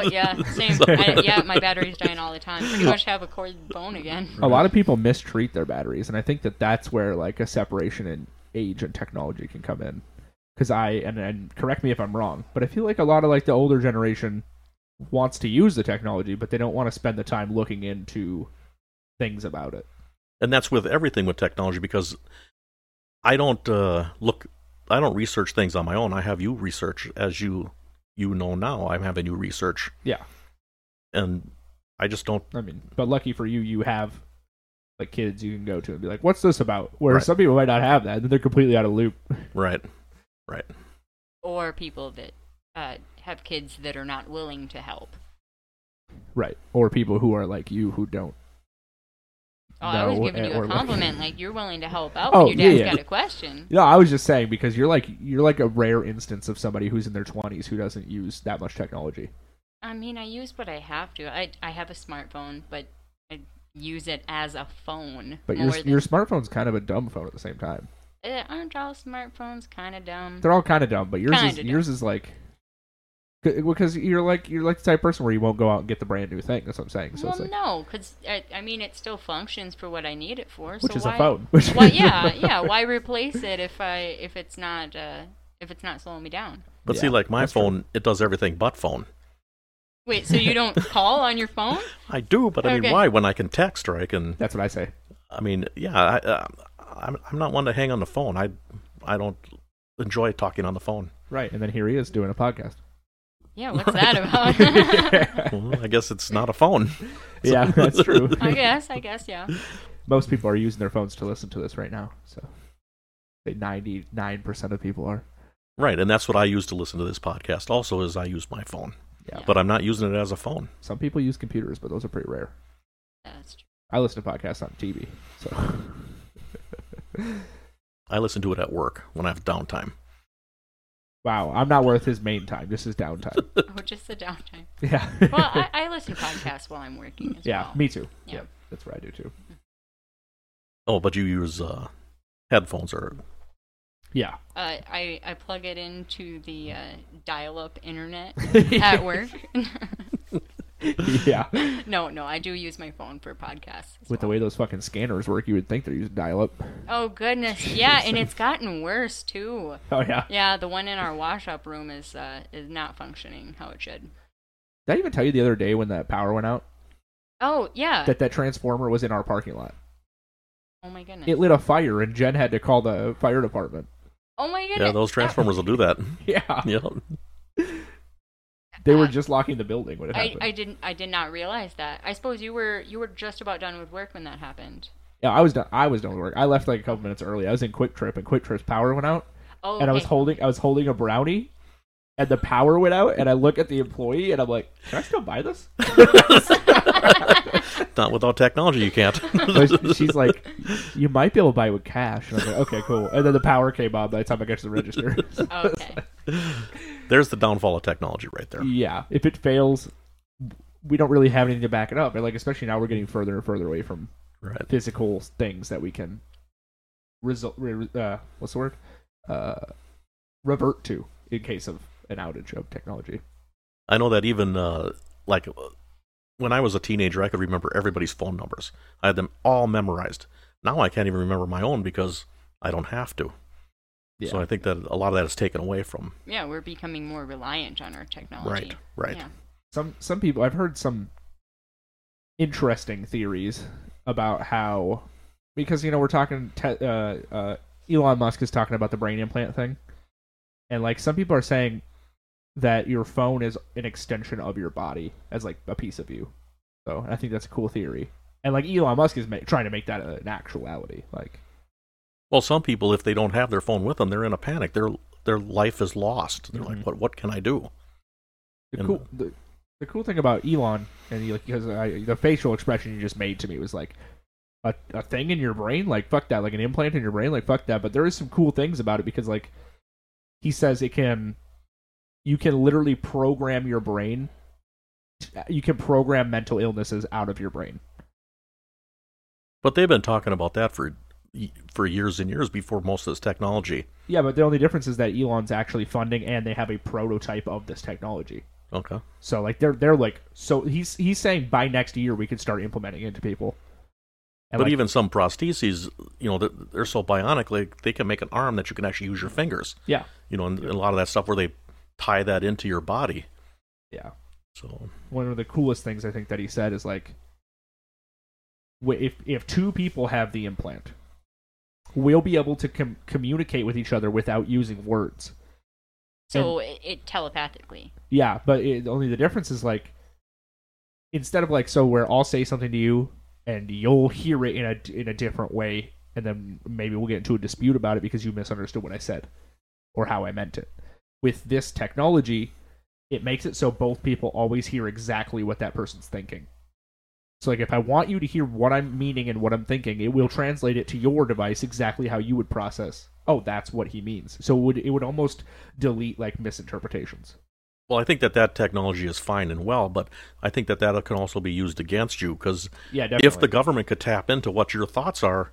[SPEAKER 2] yeah, same. I, yeah, my battery's dying all the time. Pretty much have a cord bone again.
[SPEAKER 1] A lot of people mistreat their batteries, and I think that that's where like a separation in age and technology can come in. Because I and, and correct me if I'm wrong, but I feel like a lot of like the older generation wants to use the technology, but they don't want to spend the time looking into things about it.
[SPEAKER 3] and that's with everything with technology because I don't uh, look, I don't research things on my own. I have you research, as you you know now. I'm having you research,
[SPEAKER 1] Yeah,
[SPEAKER 3] and I just don't.
[SPEAKER 1] I mean, but lucky for you, you have like kids you can go to and be like, "What's this about?" Where
[SPEAKER 3] Right.
[SPEAKER 1] some people might not have that, and they're completely out of loop.
[SPEAKER 3] Right,
[SPEAKER 2] Or people that uh, have kids that are not willing to help.
[SPEAKER 1] Right. Or people who are like you who don't.
[SPEAKER 2] Oh, I was
[SPEAKER 1] No, eh,
[SPEAKER 2] giving you
[SPEAKER 1] or
[SPEAKER 2] a
[SPEAKER 1] like-
[SPEAKER 2] compliment. Like you're willing to help out
[SPEAKER 1] Oh,
[SPEAKER 2] when your
[SPEAKER 1] yeah,
[SPEAKER 2] dad's
[SPEAKER 1] yeah.
[SPEAKER 2] got a question.
[SPEAKER 1] No, I was just saying because you're like you're like a rare instance of somebody who's in their 20s who doesn't use that much technology.
[SPEAKER 2] I mean, I use what I have to. I I have a smartphone, but I use it as a phone.
[SPEAKER 1] But
[SPEAKER 2] more
[SPEAKER 1] your
[SPEAKER 2] than,
[SPEAKER 1] your smartphone's kind of a dumb phone at the same time.
[SPEAKER 2] Eh, aren't all smartphones kind of dumb?
[SPEAKER 1] They're all kind of dumb, but yours is
[SPEAKER 2] Kinda dumb.
[SPEAKER 1] yours is like c- because you're like you're like the type of person where you won't go out and get the brand new thing. That's what I'm saying. So
[SPEAKER 2] well,
[SPEAKER 1] it's like
[SPEAKER 2] no, because I, I mean, it still functions for what I need it for.
[SPEAKER 1] which
[SPEAKER 2] so
[SPEAKER 1] is
[SPEAKER 2] why,
[SPEAKER 1] a phone. Which
[SPEAKER 2] Well, yeah, yeah. Why replace it if I if it's not uh, if it's not slowing me down?
[SPEAKER 3] but see,
[SPEAKER 1] Yeah,
[SPEAKER 3] like my
[SPEAKER 1] that's true.
[SPEAKER 3] phone, it does everything but phone.
[SPEAKER 2] Wait, so you don't call on your phone?
[SPEAKER 3] I do, but I mean,
[SPEAKER 2] Okay.
[SPEAKER 3] why? When I can text or I can,
[SPEAKER 1] That's what I say.
[SPEAKER 3] I mean, yeah, I, uh, I'm I'm not one to hang on the phone. I I don't enjoy talking on the phone.
[SPEAKER 1] Right. And then here he is doing a podcast.
[SPEAKER 2] Yeah, what's that about?
[SPEAKER 3] Well, I guess it's not a phone.
[SPEAKER 1] yeah, that's true.
[SPEAKER 2] I guess, I guess, yeah.
[SPEAKER 1] Most people are using their phones to listen to this right now. So say 99% of people are.
[SPEAKER 3] Right, and that's what I use to listen to this podcast. Also, is I use my phone,
[SPEAKER 1] Yeah.
[SPEAKER 3] but I'm not using it as a phone.
[SPEAKER 1] Some people use computers, but those are pretty rare.
[SPEAKER 2] That's true.
[SPEAKER 1] I listen to podcasts on TV. So
[SPEAKER 3] I listen to it at work when I have downtime.
[SPEAKER 1] wow, I'm not worth his main time. This is downtime.
[SPEAKER 2] Oh, just the downtime.
[SPEAKER 1] Yeah.
[SPEAKER 2] Well, I, I listen to podcasts while I'm working as
[SPEAKER 1] yeah,
[SPEAKER 2] well.
[SPEAKER 1] me too.
[SPEAKER 2] Yeah.
[SPEAKER 1] Yeah. that's what I do too.
[SPEAKER 3] Oh, but you use uh, headphones or
[SPEAKER 1] Yeah.
[SPEAKER 2] Uh, I I plug it into the uh, dial-up internet at work.
[SPEAKER 1] yeah.
[SPEAKER 2] no, no, I do use my phone for podcasts. as
[SPEAKER 1] With the
[SPEAKER 2] well.
[SPEAKER 1] way those fucking scanners work, you would think they're using dial up.
[SPEAKER 2] Oh goodness, yeah, and it's gotten worse too.
[SPEAKER 1] Oh, yeah.
[SPEAKER 2] Yeah, the one in our wash-up room is uh, is not functioning how it should.
[SPEAKER 1] Did I even tell you the other day when the power went out
[SPEAKER 2] Oh yeah.
[SPEAKER 1] that that transformer was in our parking lot?
[SPEAKER 2] oh my goodness.
[SPEAKER 1] It lit a fire and Jen had to call the fire department.
[SPEAKER 2] oh my goodness.
[SPEAKER 3] yeah, those transformers will do that.
[SPEAKER 1] Yeah.
[SPEAKER 3] Yeah,
[SPEAKER 1] They were just locking the building when it
[SPEAKER 2] Uh, I,
[SPEAKER 1] happened.
[SPEAKER 2] I didn't I did not realize that. I suppose you were you were just about done with work when that happened.
[SPEAKER 1] yeah, I was done. I was done with work. I left like a couple minutes early. I was in Quick Trip, and Quick Trip's power went out,
[SPEAKER 2] Oh,
[SPEAKER 1] and I was
[SPEAKER 2] okay.
[SPEAKER 1] holding I was holding a brownie, and the power went out, and I look at the employee, and I'm like, "Can I still buy this?"
[SPEAKER 3] not without technology, you can't.
[SPEAKER 1] But she's like, "You might be able to buy it with cash." And I'm like, "Okay, cool." And then the power came on by the time I got to the register.
[SPEAKER 2] Oh, Okay.
[SPEAKER 3] There's the downfall of technology right there.
[SPEAKER 1] yeah, if it fails, we don't really have anything to back it up. And like, especially now, we're getting further and further away from
[SPEAKER 3] Right.
[SPEAKER 1] physical things that we can result. Re- uh, what's the word? Uh, revert to in case of an outage of technology.
[SPEAKER 3] I know that even uh, like uh, when I was a teenager, I could remember everybody's phone numbers. I had them all memorized. Now I can't even remember my own because I don't have to.
[SPEAKER 1] Yeah.
[SPEAKER 3] So I think that a lot of that is taken away from.
[SPEAKER 2] Yeah, we're becoming more reliant on our
[SPEAKER 1] Oh,
[SPEAKER 2] technology.
[SPEAKER 3] Right, right.
[SPEAKER 2] Yeah.
[SPEAKER 1] some some people I've heard some interesting theories about how because you know we're talking te- uh, uh, Elon Musk is talking about the brain implant thing, and like some people are saying that your phone is an extension of your body as like a piece of you. So I think that's a cool theory, and like Elon Musk is ma- trying to make that an actuality. Like
[SPEAKER 3] Well, some people, if they don't have their phone with them, they're in a panic. Their their life is lost. They're
[SPEAKER 1] Mhm.
[SPEAKER 3] like, what What can I do?
[SPEAKER 1] the
[SPEAKER 3] And-
[SPEAKER 1] cool the, the cool thing about Elon and he, like because I, the facial expression you just made to me was like a, a thing in your brain like fuck that like an implant in your brain like fuck that but there is some cool things about it because like he says it can you can literally program your brain you can program mental illnesses out of your brain
[SPEAKER 3] But they've been talking about that for y- for years and years before most of this technology.
[SPEAKER 1] Yeah, but the only difference is that Elon's actually funding and they have a prototype of this technology.
[SPEAKER 3] Okay.
[SPEAKER 1] So like they're they're like so he's he's saying by next year we could start implementing it to people. And
[SPEAKER 3] but
[SPEAKER 1] like,
[SPEAKER 3] even some prostheses, you know, they're, they're so bionic, like they can make an arm that you can actually use your fingers.
[SPEAKER 1] yeah,
[SPEAKER 3] You know, and, and a lot of that stuff where they tie that into your body.
[SPEAKER 1] yeah.
[SPEAKER 3] So
[SPEAKER 1] One of the coolest things I think that he said is like wh- if if two people have the implant, we'll be able to com- communicate with each other without using words.
[SPEAKER 2] So it, it telepathically.
[SPEAKER 1] Yeah, but it, only the difference is like instead of like so where I'll say something to you and you'll hear it in a in a different way, and then maybe we'll get into a dispute about it because you misunderstood what I said or how I meant it. With this technology, it makes it so both people always hear exactly what that person's thinking. So like if I want you to hear what I'm meaning and what I'm thinking, it will translate it to your device exactly how you would process. Oh, that's what he means. So it would it would almost delete like misinterpretations.
[SPEAKER 3] Well, I think that that technology is fine and well, but I think that that can also be used against you because
[SPEAKER 1] Yeah, definitely.
[SPEAKER 3] if the government could tap into what your thoughts are,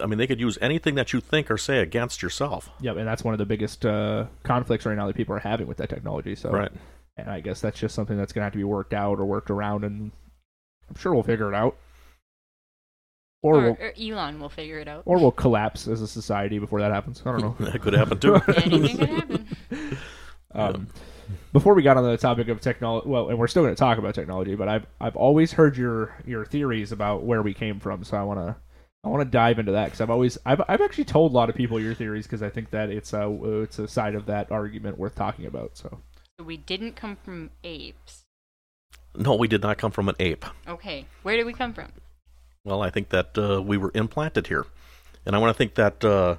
[SPEAKER 3] I mean, they could use anything that you think or say against yourself.
[SPEAKER 1] Yeah, and that's one of the biggest uh, conflicts right now that people are having with that technology. So,
[SPEAKER 3] Right.
[SPEAKER 1] and I guess that's just something that's going to have to be worked out or worked around, and I'm sure we'll figure it out, or
[SPEAKER 2] Or,
[SPEAKER 1] we'll,
[SPEAKER 2] or Elon will figure it out.
[SPEAKER 1] or we'll collapse as a society before that happens. I don't know.
[SPEAKER 3] that could happen too.
[SPEAKER 2] Anything can happen.
[SPEAKER 1] Um, Before we got on the topic of technology, well, and we're still going to talk about technology, but I've I've always heard your your theories about where we came from, so I want to. I want to dive into that because I've always I've, I've actually told a lot of people your theories because I think that it's a it's a side of that argument worth talking about. So
[SPEAKER 2] So we didn't come from apes.
[SPEAKER 3] no, we did not come from an ape.
[SPEAKER 2] Okay, where did we come from?
[SPEAKER 3] Well, I think that uh, we were implanted here, and I want to think that uh,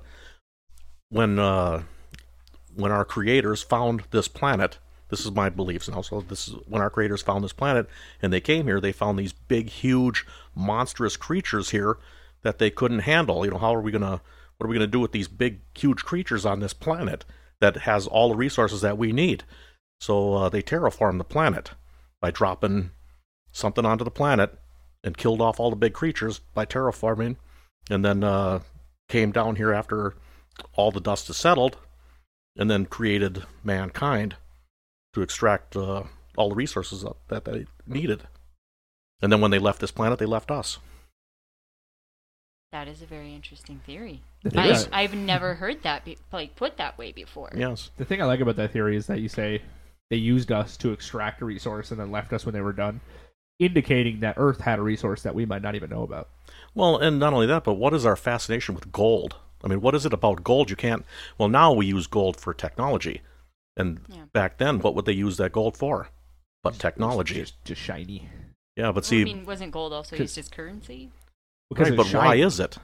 [SPEAKER 3] when uh, when our creators found this planet, this is my beliefs, and also this is when our creators found this planet and they came here, they found these big, huge, monstrous creatures here that they couldn't handle. You know, how are we gonna what are we gonna do with these big, huge creatures on this planet that has all the resources that we need? So uh, they terraformed the planet by dropping something onto the planet and killed off all the big creatures by terraforming, and then uh, came down here after all the dust has settled, and then created mankind to extract uh, all the resources that, that they needed. And then when they left this planet, they left us.
[SPEAKER 2] That is a very interesting theory.
[SPEAKER 1] It
[SPEAKER 2] I,
[SPEAKER 1] is.
[SPEAKER 2] I've never heard that be, like put that way before.
[SPEAKER 3] Yes.
[SPEAKER 1] The thing I like about that theory is that you say they used us to extract a resource and then left us when they were done, indicating that Earth had a resource that we might not even know about.
[SPEAKER 3] Well, and not only that, but what is our fascination with gold? I mean, what is it about gold? You can't. Well, now we use gold for technology, and
[SPEAKER 2] Yeah.
[SPEAKER 3] back then, what would they use that gold for? But technology.
[SPEAKER 1] just, just shiny.
[SPEAKER 3] Yeah, but
[SPEAKER 2] Well,
[SPEAKER 3] see,
[SPEAKER 2] I mean, wasn't gold also
[SPEAKER 1] 'cause-
[SPEAKER 2] used as currency?
[SPEAKER 1] Because
[SPEAKER 3] right, but why is it?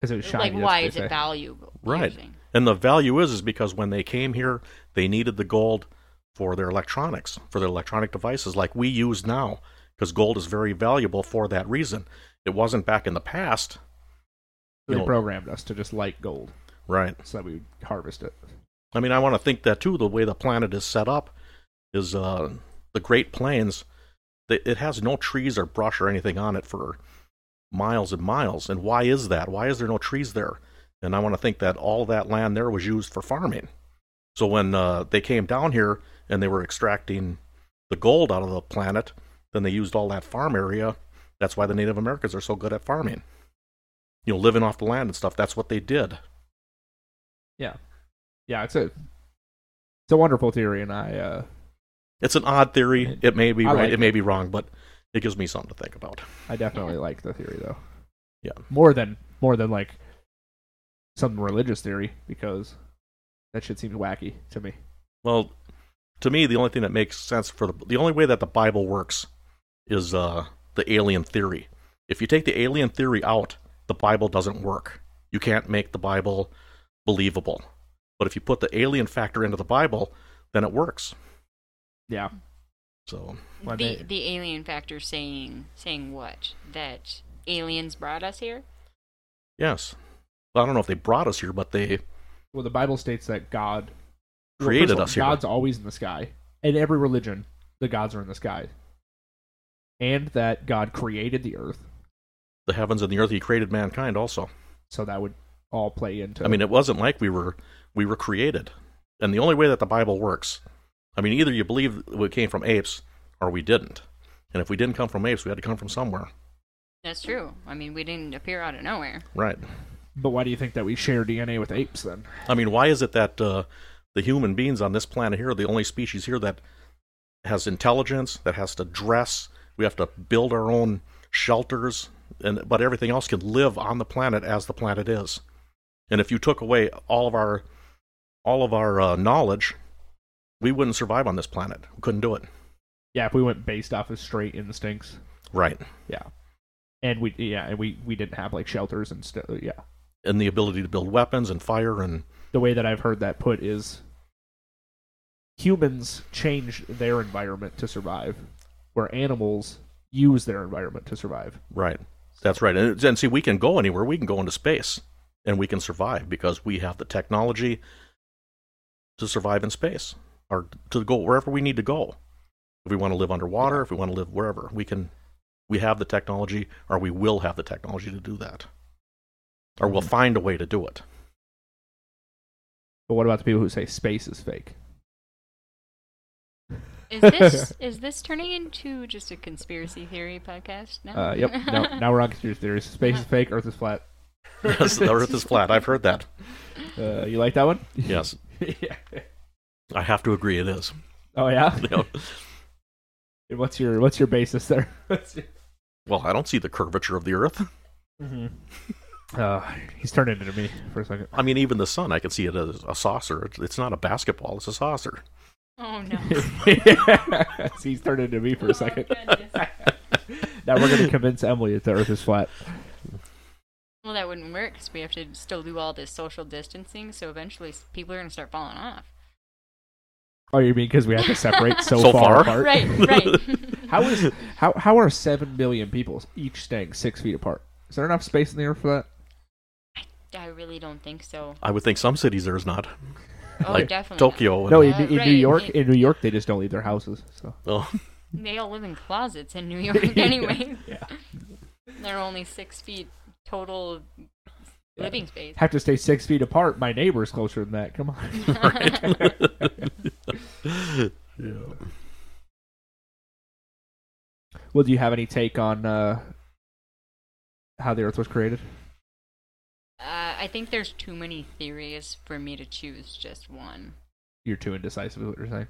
[SPEAKER 1] because it was shiny?
[SPEAKER 2] like,
[SPEAKER 1] that's
[SPEAKER 2] why
[SPEAKER 1] what
[SPEAKER 2] is
[SPEAKER 1] they
[SPEAKER 2] it
[SPEAKER 1] say.
[SPEAKER 2] valuable?
[SPEAKER 3] Right.
[SPEAKER 2] using?
[SPEAKER 3] And the value is is because when they came here, they needed the gold for their electronics, for their electronic devices like we use now because gold is very valuable for that reason. It wasn't back in the past.
[SPEAKER 1] They
[SPEAKER 3] you know.
[SPEAKER 1] programmed us to just like gold
[SPEAKER 3] Right.
[SPEAKER 1] so that we would harvest it.
[SPEAKER 3] I mean, I want to think that too the way the planet is set up is uh the Great Plains th- it has no trees or brush or anything on it for miles and miles. And why is that? Why is there no trees there? And I want to think that all that land there was used for farming. So when uh, they came down here and they were extracting the gold out of the planet, then they used all that farm area. That's why the Native Americans are so good at farming. You know, living off the land and stuff. That's what they did.
[SPEAKER 1] Yeah, it's a it's a wonderful theory, and I uh,
[SPEAKER 3] It's an odd theory. It may be
[SPEAKER 1] I
[SPEAKER 3] right.
[SPEAKER 1] like
[SPEAKER 3] it may be wrong, but it gives me something to think about.
[SPEAKER 1] I definitely like the theory though.
[SPEAKER 3] Yeah.
[SPEAKER 1] more than more than like some religious theory because that shit seems wacky to me.
[SPEAKER 3] Well, to me, the only thing that makes sense for the the only way that the Bible works is uh, the alien theory. If you take the alien theory out, the Bible doesn't work. You can't make the Bible believable. But if you put the alien factor into the Bible, then it works.
[SPEAKER 1] Yeah,
[SPEAKER 3] So
[SPEAKER 1] Why
[SPEAKER 2] the
[SPEAKER 1] they-
[SPEAKER 2] the alien factor saying saying what that aliens brought us here.
[SPEAKER 3] yes, well, I don't know if they brought us here, but they
[SPEAKER 1] Well, the Bible states that God well,
[SPEAKER 3] created
[SPEAKER 1] first of all,
[SPEAKER 3] us here.
[SPEAKER 1] God's always in the sky. In every religion, the gods are in the sky, and that God created the earth.
[SPEAKER 3] the heavens and the earth. He created mankind also.
[SPEAKER 1] So that would all play into.
[SPEAKER 3] I mean, it wasn't like we were we were created, and the only way that the Bible works, I mean, either you believe we came from apes or we didn't, and if we didn't come from apes, we had to come from somewhere,
[SPEAKER 2] That's true. I mean, we didn't appear out of nowhere.
[SPEAKER 3] right?
[SPEAKER 1] but why do you think that we share DNA with apes then?
[SPEAKER 3] I mean, why is it that uh, the human beings on this planet here are the only species here that has intelligence, that has to dress? We have to build our own shelters, and but everything else can live on the planet as the planet is. And if you took away all of our all of our uh, knowledge, we wouldn't survive on this planet. We couldn't do it.
[SPEAKER 1] Yeah, if we went based off of straight instincts.
[SPEAKER 3] Right.
[SPEAKER 1] Yeah, and we yeah, and we we didn't have like shelters and stuff. Yeah,
[SPEAKER 3] And the ability to build weapons and fire and
[SPEAKER 1] the way that I've heard that put is humans change their environment to survive, where animals use their environment to survive.
[SPEAKER 3] right. That's right. And, and see, we can go anywhere. We can go into space and we can survive because we have the technology to survive in space or to go wherever we need to go. If we want to live underwater, if we want to live wherever, we can. We have the technology, or we will have the technology to do that, or we'll find a way to do it.
[SPEAKER 1] But what about the people who say space is fake?
[SPEAKER 2] Is this is this turning into just a conspiracy theory podcast now?
[SPEAKER 1] Uh, yep. No, now we're on conspiracy theories. Space is fake. Earth is flat.
[SPEAKER 3] Yes, the Earth is flat. I've heard that.
[SPEAKER 1] Uh, you like that one?
[SPEAKER 3] Yes,
[SPEAKER 1] yeah.
[SPEAKER 3] I have to agree. It is.
[SPEAKER 1] Oh yeah.
[SPEAKER 3] You know,
[SPEAKER 1] And what's your what's your basis there? What's your-
[SPEAKER 3] well, I don't see the curvature of the Earth.
[SPEAKER 1] uh, he's turning into me for a second.
[SPEAKER 3] I mean, even the sun, I can see it as a saucer. It's- It's not a basketball; it's a saucer.
[SPEAKER 2] Oh no.
[SPEAKER 1] See, he's turning into me for
[SPEAKER 2] Oh,
[SPEAKER 1] a second.
[SPEAKER 2] goodness.
[SPEAKER 1] now we're going to convince Emily that the Earth is flat.
[SPEAKER 2] well, that wouldn't work because we have to still do all this social distancing. So eventually, s- people are gonna start falling off.
[SPEAKER 1] Oh, you mean because we have to separate so,
[SPEAKER 3] So
[SPEAKER 1] far,
[SPEAKER 3] far?
[SPEAKER 1] apart?
[SPEAKER 2] Right, right.
[SPEAKER 1] How is how how are seven billion people each staying six feet apart? Is there enough space in the Earth for that?
[SPEAKER 2] I really don't think so.
[SPEAKER 3] I would think some cities there is not,
[SPEAKER 2] Oh,
[SPEAKER 3] like
[SPEAKER 2] definitely.
[SPEAKER 3] Tokyo. And,
[SPEAKER 1] No, in,
[SPEAKER 2] Uh,
[SPEAKER 1] in
[SPEAKER 2] right,
[SPEAKER 1] New York,
[SPEAKER 2] it-
[SPEAKER 1] in New York, they just don't leave their houses. So
[SPEAKER 3] Oh,
[SPEAKER 2] They all live in closets in New York anyway.
[SPEAKER 1] Yeah.
[SPEAKER 2] They're only six feet total living space.
[SPEAKER 1] have to stay six feet apart. My neighbor's closer than that. Come on. Well, do you have any take on uh, how the Earth was created?
[SPEAKER 2] Uh, I think there's too many theories for me to choose just one.
[SPEAKER 1] You're too indecisive. Is what you're saying.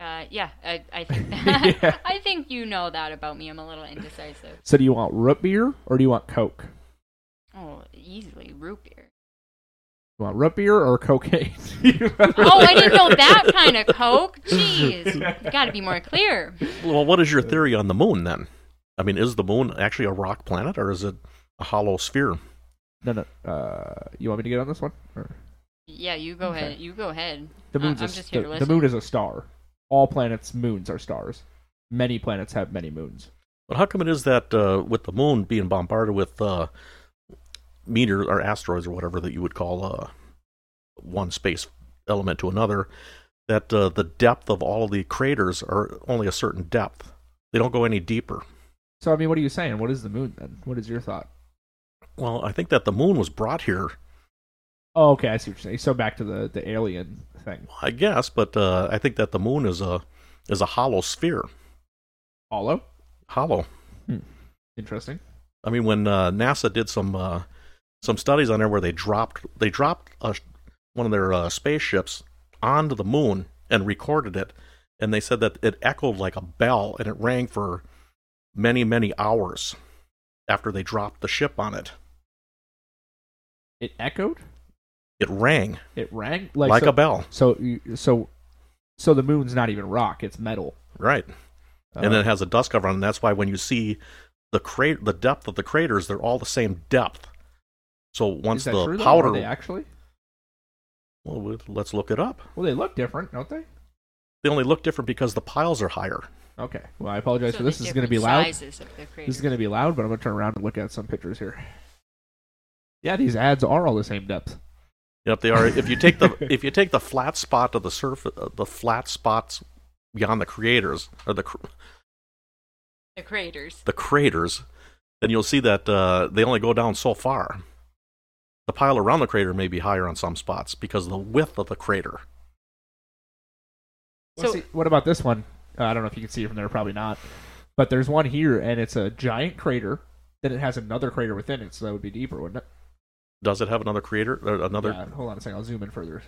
[SPEAKER 2] Uh, yeah, I, I think
[SPEAKER 1] Yeah.
[SPEAKER 2] I think you know that about me. I'm a little indecisive.
[SPEAKER 1] So, do you want root beer or do you want Coke?
[SPEAKER 2] Oh, easily root beer.
[SPEAKER 1] You want root beer or cocaine?
[SPEAKER 2] Oh, I didn't know that kind of Coke. Jeez, you got to be more clear.
[SPEAKER 3] well, what is your theory on the moon then? I mean, is the moon actually a rock planet or is it a hollow sphere?
[SPEAKER 1] no, no. Uh, you want me to get on this one? Or-
[SPEAKER 2] Yeah, you go
[SPEAKER 1] Okay.
[SPEAKER 2] ahead. You go ahead.
[SPEAKER 1] The
[SPEAKER 2] I-
[SPEAKER 1] moon's
[SPEAKER 2] I'm
[SPEAKER 1] a,
[SPEAKER 2] just
[SPEAKER 1] the,
[SPEAKER 2] here to
[SPEAKER 1] the
[SPEAKER 2] listen.
[SPEAKER 1] moon is a star. All planets' moons are stars. Many planets have many moons.
[SPEAKER 3] But how come it is that uh, with the moon being bombarded with uh, meteors or asteroids or whatever that you would call uh, one space element to another, that uh, the depth of all of the craters are only a certain depth? They don't go any deeper.
[SPEAKER 1] So, I mean, what are you saying? What is the moon then? What is your thought?
[SPEAKER 3] Well, I think that the moon was brought here,
[SPEAKER 1] Oh, okay, I see what you're saying. So back to the, the alien thing.
[SPEAKER 3] I guess, but uh, I think that the moon is a is a hollow sphere,
[SPEAKER 1] Hollow.
[SPEAKER 3] hollow.
[SPEAKER 1] Interesting.
[SPEAKER 3] I mean, when uh, NASA did some uh, some studies on there where they dropped they dropped a, one of their uh, spaceships onto the moon and recorded it, and they said that it echoed like a bell and it rang for many many hours after they dropped the ship on it.
[SPEAKER 1] It echoed.
[SPEAKER 3] It rang
[SPEAKER 1] It rang
[SPEAKER 3] like,
[SPEAKER 1] so,
[SPEAKER 3] a bell,
[SPEAKER 1] So, you- so, so the moon's not even rock; it's metal.
[SPEAKER 3] right? and
[SPEAKER 1] Uh,
[SPEAKER 3] then it has a dust cover on, it, and that's why when you see the crater, the depth of the craters, they're all the same depth. So once
[SPEAKER 1] is that
[SPEAKER 3] the
[SPEAKER 1] true, though? Are
[SPEAKER 3] powder,
[SPEAKER 1] they actually.
[SPEAKER 3] well, we- let's look it up.
[SPEAKER 1] Well, they look different, don't they?
[SPEAKER 3] They only look different because the piles are higher.
[SPEAKER 1] Okay. Well, I apologize
[SPEAKER 2] So
[SPEAKER 1] for
[SPEAKER 2] the
[SPEAKER 1] this. This is going to be
[SPEAKER 2] different
[SPEAKER 1] loud.
[SPEAKER 2] Sizes of the
[SPEAKER 1] This is
[SPEAKER 2] craters.
[SPEAKER 1] going to be loud, but I'm going to turn around and look at some pictures here. Yeah, these ads are all the same depth.
[SPEAKER 3] Yep, they are. if you take the if you take the flat spot of the surface, the flat spots beyond the craters or the cr-
[SPEAKER 2] The craters.
[SPEAKER 3] the craters, then you'll see that uh, they only go down so far. the pile around the crater may be higher on some spots because of the width of the crater.
[SPEAKER 1] Well,
[SPEAKER 2] So-
[SPEAKER 1] see, what about this one? Uh, I don't know if you can see it from there, probably not. But there's one here, and it's a giant crater. Then it has another crater within it, so that would be deeper, wouldn't it?
[SPEAKER 3] Does it have another crater? Or another?
[SPEAKER 1] Yeah, hold on a second. I'll zoom in further.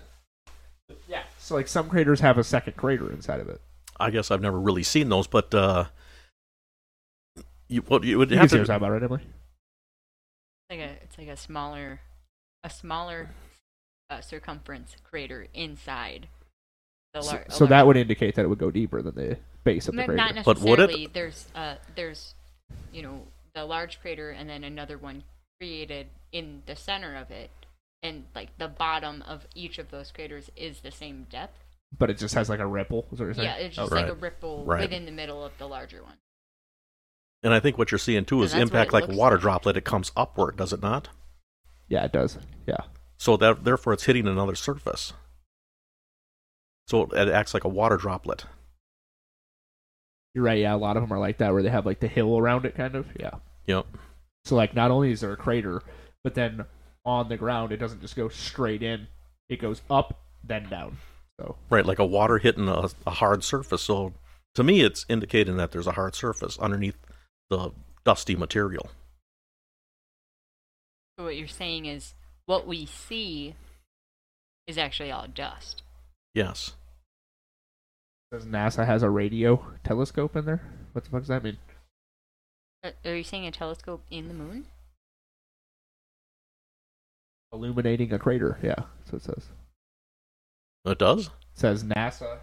[SPEAKER 1] Yeah. So like some craters have a second crater inside of it.
[SPEAKER 3] I guess I've never really seen those, but uh, you, what you would
[SPEAKER 1] You
[SPEAKER 3] have
[SPEAKER 1] can see what I'm talking
[SPEAKER 3] to.
[SPEAKER 1] about, right, Emily?
[SPEAKER 2] like a it's like a smaller a smaller uh, circumference crater inside the
[SPEAKER 1] So,
[SPEAKER 2] lar- a
[SPEAKER 1] so
[SPEAKER 2] lar-
[SPEAKER 1] that would indicate that it would go deeper than the base of the
[SPEAKER 2] not,
[SPEAKER 1] crater.
[SPEAKER 2] not
[SPEAKER 3] But
[SPEAKER 2] necessarily
[SPEAKER 3] would it?
[SPEAKER 2] there's uh there's you know the large crater and then another one created in the center of it and like the bottom of each of those craters is the same depth
[SPEAKER 1] but it just has like a ripple. Is what you're saying?
[SPEAKER 2] yeah it's just
[SPEAKER 3] Oh,
[SPEAKER 2] like a
[SPEAKER 3] right.
[SPEAKER 2] ripple
[SPEAKER 3] Right.
[SPEAKER 2] within the middle of the larger one
[SPEAKER 3] And I think what you're seeing too
[SPEAKER 2] So
[SPEAKER 3] is
[SPEAKER 2] that's what
[SPEAKER 3] impact
[SPEAKER 2] it
[SPEAKER 3] like a
[SPEAKER 2] looks
[SPEAKER 3] water
[SPEAKER 2] like.
[SPEAKER 3] droplet. It comes upward, does it not?
[SPEAKER 1] Yeah, it does. Yeah.
[SPEAKER 3] So that therefore it's hitting another surface. So it acts like a water droplet.
[SPEAKER 1] You're right. Yeah, a lot of them are like that, where they have like the hill around it, kind of. Yeah.
[SPEAKER 3] Yep.
[SPEAKER 1] So like, not only is there a crater, but then on the ground, it doesn't just go straight in; it goes up, then down. So
[SPEAKER 3] Right, like a water hitting a, a hard surface. So to me, it's indicating that there's a hard surface underneath the dusty material.
[SPEAKER 2] so what you're saying is what we see is actually all dust
[SPEAKER 3] Yes.
[SPEAKER 1] says NASA has a radio telescope in there. What the fuck does that mean?
[SPEAKER 2] Uh, are you saying a telescope in the moon
[SPEAKER 1] Illuminating a crater. Yeah. So it says.
[SPEAKER 3] It does?
[SPEAKER 1] It says NASA.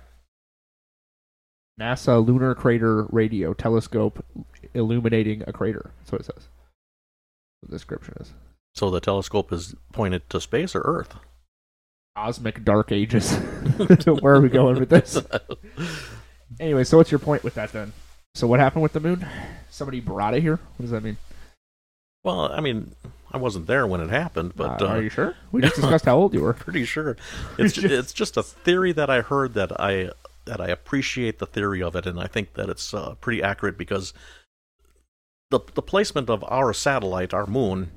[SPEAKER 1] NASA Lunar Crater Radio Telescope illuminating a crater. That's what it says. The description is.
[SPEAKER 3] So the telescope is pointed to space or Earth?
[SPEAKER 1] cosmic dark ages. Where are we going with this? Anyway, so what's your point with that then? So what happened with the moon? Somebody brought it here. What does that mean?
[SPEAKER 3] Well, I mean, I wasn't there when it happened, but
[SPEAKER 1] Uh,
[SPEAKER 3] uh,
[SPEAKER 1] are you sure? We just discussed how old you were.
[SPEAKER 3] pretty sure it's
[SPEAKER 1] just-
[SPEAKER 3] it's just a theory that I heard that I that I appreciate the theory of it, and I think that it's uh, pretty accurate because the the placement of our satellite, our moon,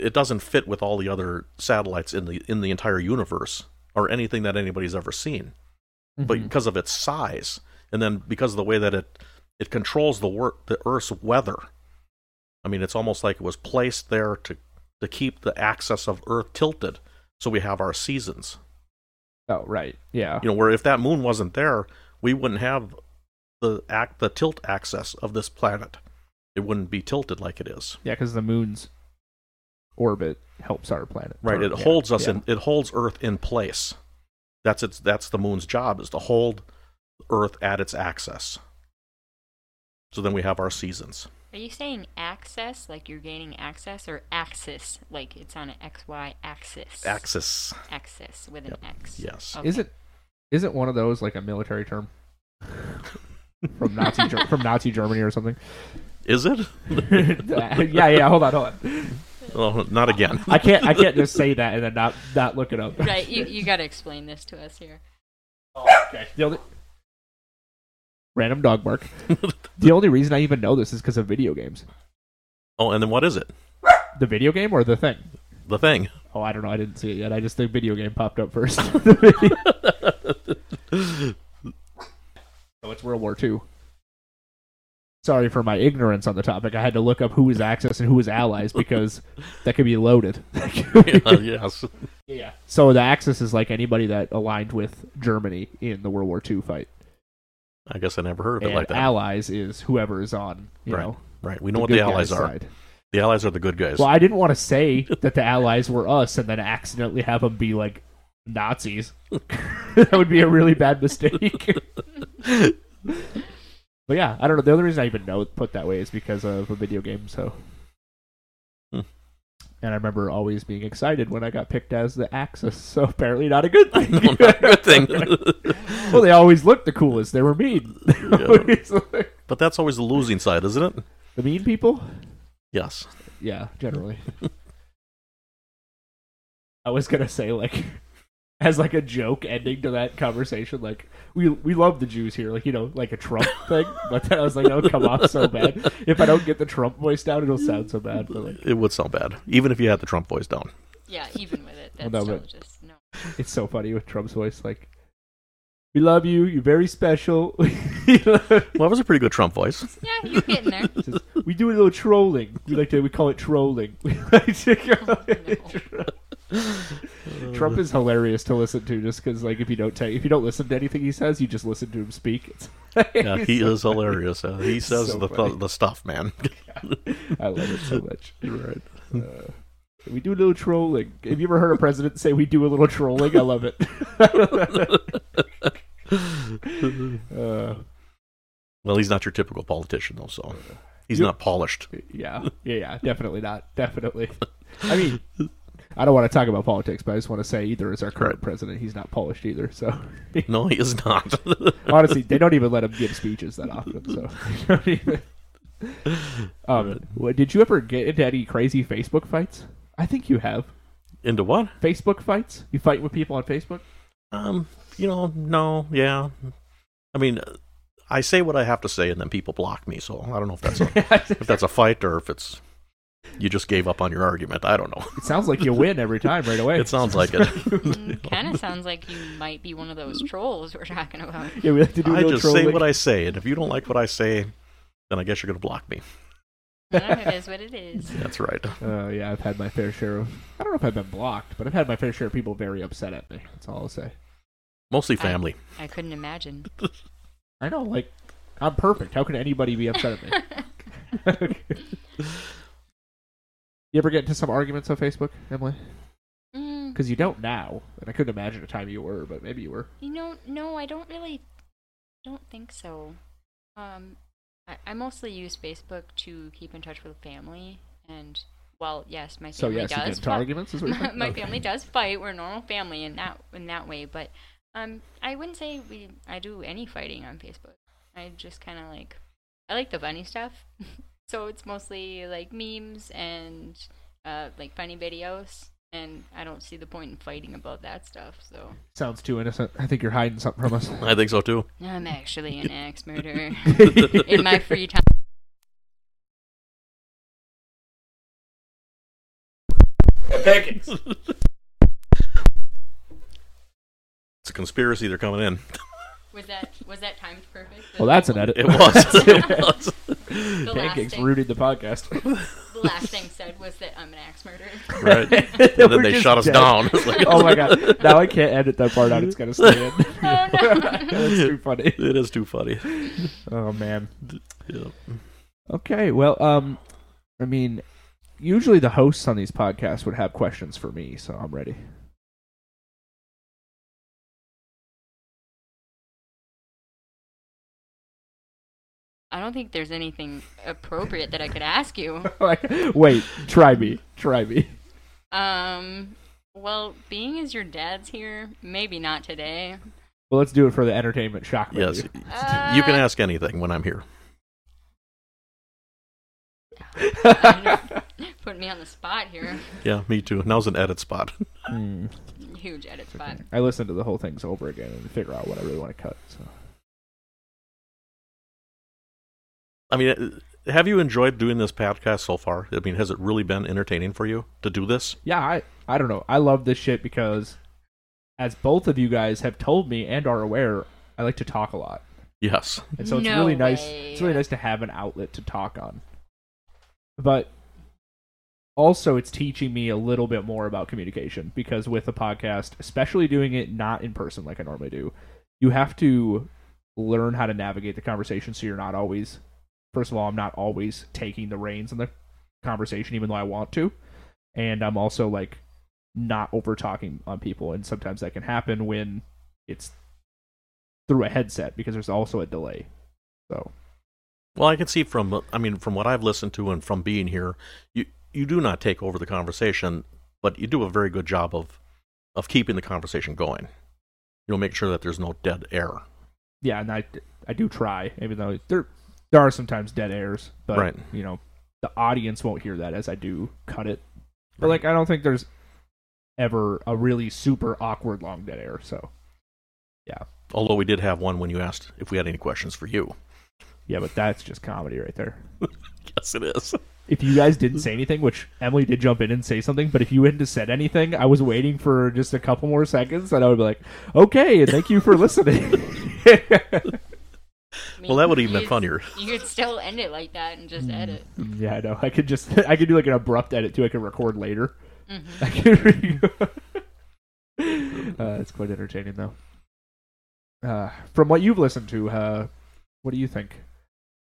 [SPEAKER 3] it doesn't fit with all the other satellites in the in the entire universe or anything that anybody's ever seen,
[SPEAKER 1] Mm-hmm.
[SPEAKER 3] but because of its size, and then because of the way that it it controls the wor- the Earth's weather. I mean, it's almost like it was placed there to to keep the axis of Earth tilted, so we have our seasons.
[SPEAKER 1] oh right, yeah,
[SPEAKER 3] You know, where if that moon wasn't there, we wouldn't have the act the tilt axis of this planet. It wouldn't be tilted like it is.
[SPEAKER 1] yeah, because the moon's orbit helps our planet.
[SPEAKER 3] Right?
[SPEAKER 1] Or-
[SPEAKER 3] It
[SPEAKER 1] yeah,
[SPEAKER 3] holds us
[SPEAKER 1] yeah.
[SPEAKER 3] in it holds Earth in place. That's its that's the moon's job is to hold Earth at its axis. So then we have our seasons.
[SPEAKER 2] Are you saying access, like you're gaining access, or axis, like it's on an XY axis?
[SPEAKER 3] Axis.
[SPEAKER 2] Axis with an X.
[SPEAKER 3] Yes.
[SPEAKER 2] Okay.
[SPEAKER 1] Isn't isn't one of those like a military term from Nazi Ger- from Nazi Germany or something?
[SPEAKER 3] Is it?
[SPEAKER 1] yeah, yeah. Hold on, hold on.
[SPEAKER 3] Oh, not again.
[SPEAKER 1] I can't I can't just say that and then not not look it up.
[SPEAKER 2] Right, you, you gotta explain this to us here.
[SPEAKER 1] Okay. The only... Random dog bark. the only reason I even know this is because of video games.
[SPEAKER 3] Oh, and then what is it?
[SPEAKER 1] The video game or the thing?
[SPEAKER 3] The thing.
[SPEAKER 1] Oh, I don't know. I didn't see it yet. I just the video game popped up first. so it's World War II. Sorry for my ignorance on the topic. I had to look up who was Axis and who was Allies because that could be loaded.
[SPEAKER 3] yes.
[SPEAKER 1] yeah. So the Axis is like anybody that aligned with Germany in the World War II fight.
[SPEAKER 3] I guess I never heard of it
[SPEAKER 1] and
[SPEAKER 3] like that.
[SPEAKER 1] allies is whoever is on you
[SPEAKER 3] Right.
[SPEAKER 1] know
[SPEAKER 3] right. We know what the
[SPEAKER 1] good
[SPEAKER 3] allies
[SPEAKER 1] guys'
[SPEAKER 3] are.
[SPEAKER 1] side.
[SPEAKER 3] The allies are the good guys.
[SPEAKER 1] Well, I didn't want to say that the allies were us and then accidentally have them be like Nazis. that would be a really bad mistake. but yeah, I don't know. The only reason I even know it put that way is because of a video game. So.
[SPEAKER 3] Hmm.
[SPEAKER 1] And I remember always being excited when I got picked as the Axis, so apparently not a good thing.
[SPEAKER 3] No, not a good thing.
[SPEAKER 1] well, they always looked the coolest. They were mean. Always looked-
[SPEAKER 3] but that's always the losing side, isn't it?
[SPEAKER 1] The mean people?
[SPEAKER 3] Yes.
[SPEAKER 1] Yeah, generally. I was gonna say like as like a joke ending to that conversation, like we we love the Jews here, like you know, like a Trump thing. But then I was like, that would come off so bad. If I don't get the Trump voice down, it'll sound so bad. But like,
[SPEAKER 3] It would sound bad, even if you had the Trump voice down.
[SPEAKER 2] yeah, even with it, that's
[SPEAKER 1] No,
[SPEAKER 2] still
[SPEAKER 1] but-
[SPEAKER 2] just no.
[SPEAKER 1] It's so funny with Trump's voice, like, "We love you. You're very special." You know?
[SPEAKER 3] Well, that was a pretty good Trump voice.
[SPEAKER 2] Yeah, you're getting there.
[SPEAKER 1] It's just, we do a little trolling. We like to. We call it trolling. We like to call it- Trump is hilarious to listen to, just because like if you don't take, if you don't listen to anything he says, you just listen to him speak. It's,
[SPEAKER 3] Yeah, he is hilarious. Uh, he says
[SPEAKER 1] so
[SPEAKER 3] the
[SPEAKER 1] funny.
[SPEAKER 3] the stuff, man.
[SPEAKER 1] I love it so much.
[SPEAKER 3] right.
[SPEAKER 1] Uh, we do a little trolling. Have you ever heard a president say we do a little trolling? I love it. uh,
[SPEAKER 3] Well, he's not your typical politician, though. So he's
[SPEAKER 1] You-
[SPEAKER 3] not polished.
[SPEAKER 1] yeah, yeah, yeah. Definitely not. Definitely. I mean, I don't want to talk about politics, but I just want to say either is our current
[SPEAKER 3] Right.
[SPEAKER 1] president. He's not polished either. So
[SPEAKER 3] No, he is not.
[SPEAKER 1] honestly, they don't even let him give speeches that often. So. they don't even- um, what- did you ever get into any crazy Facebook fights? I think you have
[SPEAKER 3] Into what?
[SPEAKER 1] Facebook fights. You fight with people on Facebook.
[SPEAKER 3] Um, you know, no, yeah. I mean, uh, I say what I have to say, and then people block me. So I don't know if that's a, if that's a fight or if it's you just gave up on your argument. I don't know.
[SPEAKER 1] It sounds like you win every time right away.
[SPEAKER 3] It sounds like it.
[SPEAKER 2] kind of Mm, sounds like you might be one of those trolls we're talking about.
[SPEAKER 1] yeah, we like to do
[SPEAKER 3] I
[SPEAKER 1] no
[SPEAKER 3] just
[SPEAKER 1] trolling.
[SPEAKER 3] say what I say, and if you don't like what I say, then I guess you're going to block me.
[SPEAKER 2] Well, it is what it is.
[SPEAKER 3] That's right.
[SPEAKER 1] Uh, yeah, I've had my fair share of. I don't know if I've been blocked, but I've had my fair share of people very upset at me. That's all I'll say.
[SPEAKER 3] Mostly family.
[SPEAKER 2] I couldn't imagine.
[SPEAKER 1] I know, like, I'm perfect. How can anybody be upset at me? you ever get into some arguments on Facebook, Emily?
[SPEAKER 2] Mm,
[SPEAKER 1] Because you don't now, and I couldn't imagine a time you were, but maybe you were.
[SPEAKER 2] you know, no, I don't really, don't think so. Um, I, I mostly use Facebook to keep in touch with family, and well, yes, my
[SPEAKER 1] So
[SPEAKER 2] family
[SPEAKER 1] yes, you get
[SPEAKER 2] does.
[SPEAKER 1] into
[SPEAKER 2] fi-
[SPEAKER 1] arguments. Is what you're
[SPEAKER 2] my,
[SPEAKER 1] saying?
[SPEAKER 2] my
[SPEAKER 1] Okay.
[SPEAKER 2] family does fight. We're a normal family in that in that way, but um, I wouldn't say we I do any fighting on Facebook. I just kind of like I like the funny stuff, so it's mostly like memes and uh, like funny videos, and I don't see the point in fighting about that stuff. So
[SPEAKER 1] Sounds too innocent. I think you're hiding something from us.
[SPEAKER 3] I think so too.
[SPEAKER 2] I'm actually an axe murderer in my free time.
[SPEAKER 3] It's a conspiracy. They're coming in.
[SPEAKER 2] Was that was that timed perfect?
[SPEAKER 1] well, that's an edit.
[SPEAKER 3] It was. it was.
[SPEAKER 2] The last
[SPEAKER 1] Pancakes
[SPEAKER 2] thing-
[SPEAKER 1] rooted the podcast.
[SPEAKER 2] The last thing said was that I'm an axe murderer.
[SPEAKER 3] Right. And then they shut us down. It's like-
[SPEAKER 1] oh my god! Now I can't edit that part out. It's gonna stay in.
[SPEAKER 2] Oh no.
[SPEAKER 1] That's too funny.
[SPEAKER 3] It is too funny.
[SPEAKER 1] Oh man.
[SPEAKER 3] Yeah.
[SPEAKER 1] Okay. Well, um, I mean, usually the hosts on these podcasts would have questions for me, so I'm ready.
[SPEAKER 2] I don't think there's anything appropriate that I could ask you.
[SPEAKER 1] like, wait, try me, try me.
[SPEAKER 2] Um, well, being as your dad's here, maybe not today.
[SPEAKER 1] Well, let's do it for the entertainment shock.
[SPEAKER 3] Yes.
[SPEAKER 1] value.
[SPEAKER 3] You
[SPEAKER 2] Uh,
[SPEAKER 3] can ask anything when I'm here.
[SPEAKER 2] Put me on the spot here.
[SPEAKER 3] Yeah, me too. Now's an edit spot.
[SPEAKER 1] Hmm.
[SPEAKER 2] Huge edit spot.
[SPEAKER 1] I listen to the whole things over again and figure out what I really want to cut. So.
[SPEAKER 3] I mean, uh, have you enjoyed doing this podcast so far? I mean, has it really been entertaining for you to do this?
[SPEAKER 1] Yeah, I, I don't know. I love this shit because, as both of you guys have told me and are aware, I like to talk a lot.
[SPEAKER 3] Yes.
[SPEAKER 1] and so it's
[SPEAKER 2] No
[SPEAKER 1] really nice
[SPEAKER 2] way.
[SPEAKER 1] it's really nice to have an outlet to talk on but also it's teaching me a little bit more about communication because with a podcast especially doing it not in person like i normally do you have to learn how to navigate the conversation so you're not always first of all i'm not always taking the reins in the conversation even though i want to and i'm also like not over talking on people and sometimes that can happen when it's through a headset because there's also a delay so
[SPEAKER 3] Well, I can see from uh, I mean from what I've listened to and from being here, you you do not take over the conversation, but you do a very good job of of keeping the conversation going. You'll make sure that there's no dead air.
[SPEAKER 1] yeah, and I I do try, even though there there are sometimes dead airs, but
[SPEAKER 3] Right.
[SPEAKER 1] you know the audience won't hear that as I do cut it. But like I don't think there's ever a really super awkward long dead air. So
[SPEAKER 3] Although we did have one when you asked if we had any questions for you.
[SPEAKER 1] yeah, but that's just comedy right there.
[SPEAKER 3] Yes, it is.
[SPEAKER 1] if you guys didn't say anything, which Emily did jump in and say something, but if you hadn't said anything, I was waiting for just a couple more seconds, and I would be like, "Okay, thank you for listening."
[SPEAKER 2] I mean,
[SPEAKER 3] Well, that would have even
[SPEAKER 2] you
[SPEAKER 3] been
[SPEAKER 2] could-
[SPEAKER 3] funnier.
[SPEAKER 2] You could still end it like that and
[SPEAKER 1] Hmm.
[SPEAKER 2] just edit.
[SPEAKER 1] yeah, I know. I could just I could do like an abrupt edit too. I could record later.
[SPEAKER 2] hmm
[SPEAKER 1] I could. Re- uh, it's quite entertaining though. Uh, from what you've listened to, uh, what do you think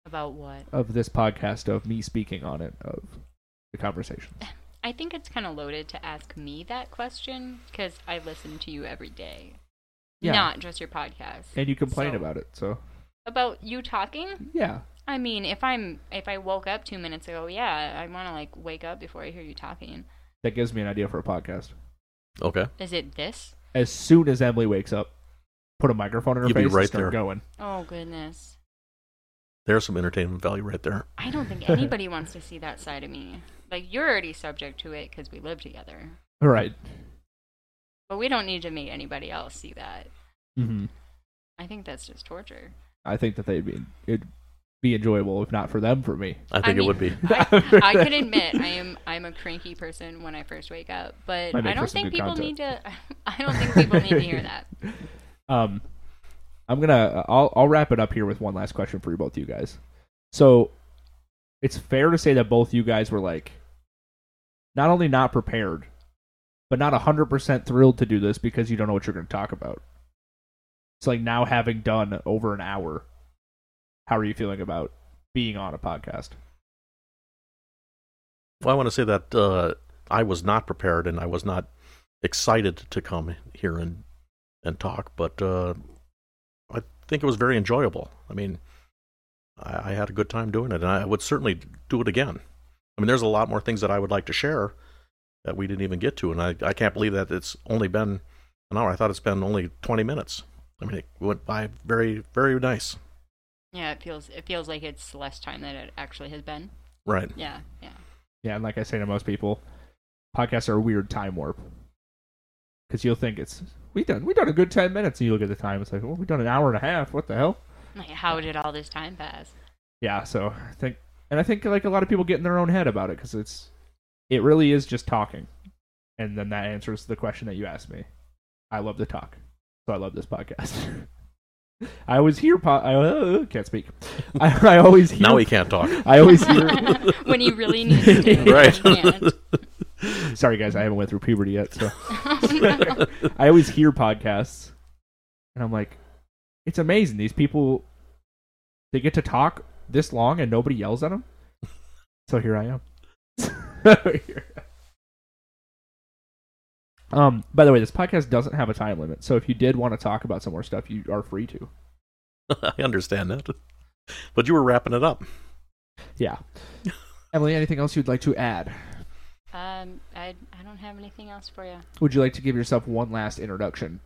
[SPEAKER 2] About what?
[SPEAKER 1] of this podcast? Of me speaking on it? Of the conversation?
[SPEAKER 2] I think it's kind of loaded to ask me that question because I listen to you every day, not just your podcast.
[SPEAKER 1] and you complain
[SPEAKER 2] so-
[SPEAKER 1] about it. So
[SPEAKER 2] About you talking?
[SPEAKER 1] yeah,
[SPEAKER 2] I mean, if I'm if I woke up two minutes ago, yeah, I want to like wake up before I hear you talking.
[SPEAKER 1] that gives me an idea for a podcast.
[SPEAKER 3] Okay.
[SPEAKER 2] Is it this?
[SPEAKER 1] as soon as Emily wakes up, put a microphone in her
[SPEAKER 3] You'll be
[SPEAKER 1] face
[SPEAKER 3] right
[SPEAKER 1] and start
[SPEAKER 3] there.
[SPEAKER 1] going.
[SPEAKER 2] Oh goodness,
[SPEAKER 3] There's some entertainment value right there.
[SPEAKER 2] I don't think anybody wants to see that side of me. Like you're already subject to it because we live together,
[SPEAKER 1] All right.
[SPEAKER 2] but we don't need to make anybody else see that.
[SPEAKER 1] Mm-hmm.
[SPEAKER 2] I think that's just torture.
[SPEAKER 1] I think that they'd be it'd be enjoyable if not for them for me.
[SPEAKER 3] I think it
[SPEAKER 2] mean-
[SPEAKER 3] would be.
[SPEAKER 2] I, I could admit I am I'm a cranky person when I first wake up, but
[SPEAKER 1] Might make
[SPEAKER 2] I
[SPEAKER 1] for
[SPEAKER 2] don't
[SPEAKER 1] some
[SPEAKER 2] think
[SPEAKER 1] good
[SPEAKER 2] people
[SPEAKER 1] content.
[SPEAKER 2] need to. I don't think people need to hear that.
[SPEAKER 1] Um, I'm gonna I'll I'll wrap it up here with one last question for you both you guys. So it's fair to say that both you guys were like not only not prepared, but not hundred percent thrilled to do this because you don't know what you're gonna talk about. It's like now having done over an hour, how are you feeling about being on a podcast?
[SPEAKER 3] Well, I want to say that uh, I was not prepared and I was not excited to come here and and talk, but uh, I think it was very enjoyable. I mean, I, I had a good time doing it, and I would certainly do it again. I mean, there's a lot more things that I would like to share that we didn't even get to, and I, I can't believe that it's only been an hour. I thought it's been only 20 minutes. I mean, it went by very, very nice.
[SPEAKER 2] Yeah, it feels it feels like it's less time than it actually has been.
[SPEAKER 3] Right.
[SPEAKER 2] Yeah, yeah.
[SPEAKER 1] Yeah, and like I say to most people, podcasts are a weird time warp because you'll think it's we done we done a good ten minutes, and you look at the time, it's like well we done an hour and a half. What the hell?
[SPEAKER 2] Like, how did all this time pass?
[SPEAKER 1] Yeah, so I think and I think like a lot of people get in their own head about it because it's it really is just talking, and then that answers the question that you asked me. I love to talk, so I love this podcast. I always hear po- I uh, can't speak. I, I always hear
[SPEAKER 3] Now we can't talk.
[SPEAKER 1] I always hear
[SPEAKER 2] when you really need to,
[SPEAKER 3] Right.
[SPEAKER 2] You can't.
[SPEAKER 1] Sorry, guys, I haven't went through puberty yet, so
[SPEAKER 2] No.
[SPEAKER 1] I always hear podcasts, and I'm like, it's amazing. These people, they get to talk this long, and nobody yells at them. So here I am. Here I am. um. By the way, this podcast doesn't have a time limit, so if you did want to talk about some more stuff, you are free to.
[SPEAKER 3] I understand that. But you were wrapping it up.
[SPEAKER 1] Yeah. Emily, anything else you'd like to add?
[SPEAKER 2] Um, I I don't have anything else for you.
[SPEAKER 1] Would you like to give yourself one last introduction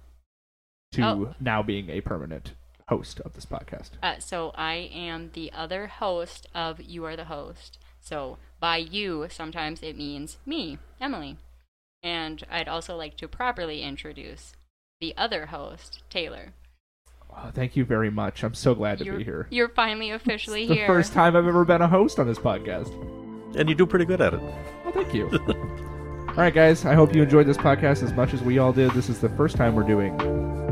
[SPEAKER 1] to
[SPEAKER 2] Oh.
[SPEAKER 1] now being a permanent host of this podcast?
[SPEAKER 2] Uh, so I am the other host of You Are the Host. So by you, sometimes it means me, Emily. And I'd also like to properly introduce the other host, Taylor.
[SPEAKER 1] Oh, thank you very much. I'm so glad to
[SPEAKER 2] you're,
[SPEAKER 1] be here.
[SPEAKER 2] You're finally officially
[SPEAKER 1] It's the
[SPEAKER 2] here.
[SPEAKER 1] first time I've ever been a host on this podcast.
[SPEAKER 3] And you do pretty good at it.
[SPEAKER 1] Well, thank you. all right, guys. I hope you enjoyed this podcast as much as we all did. This is the first time we're doing.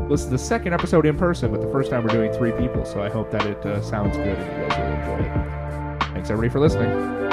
[SPEAKER 1] This is the second episode in person, but the first time we're doing three people. So I hope that it uh, sounds good and you guys really enjoy it. Thanks everybody for listening.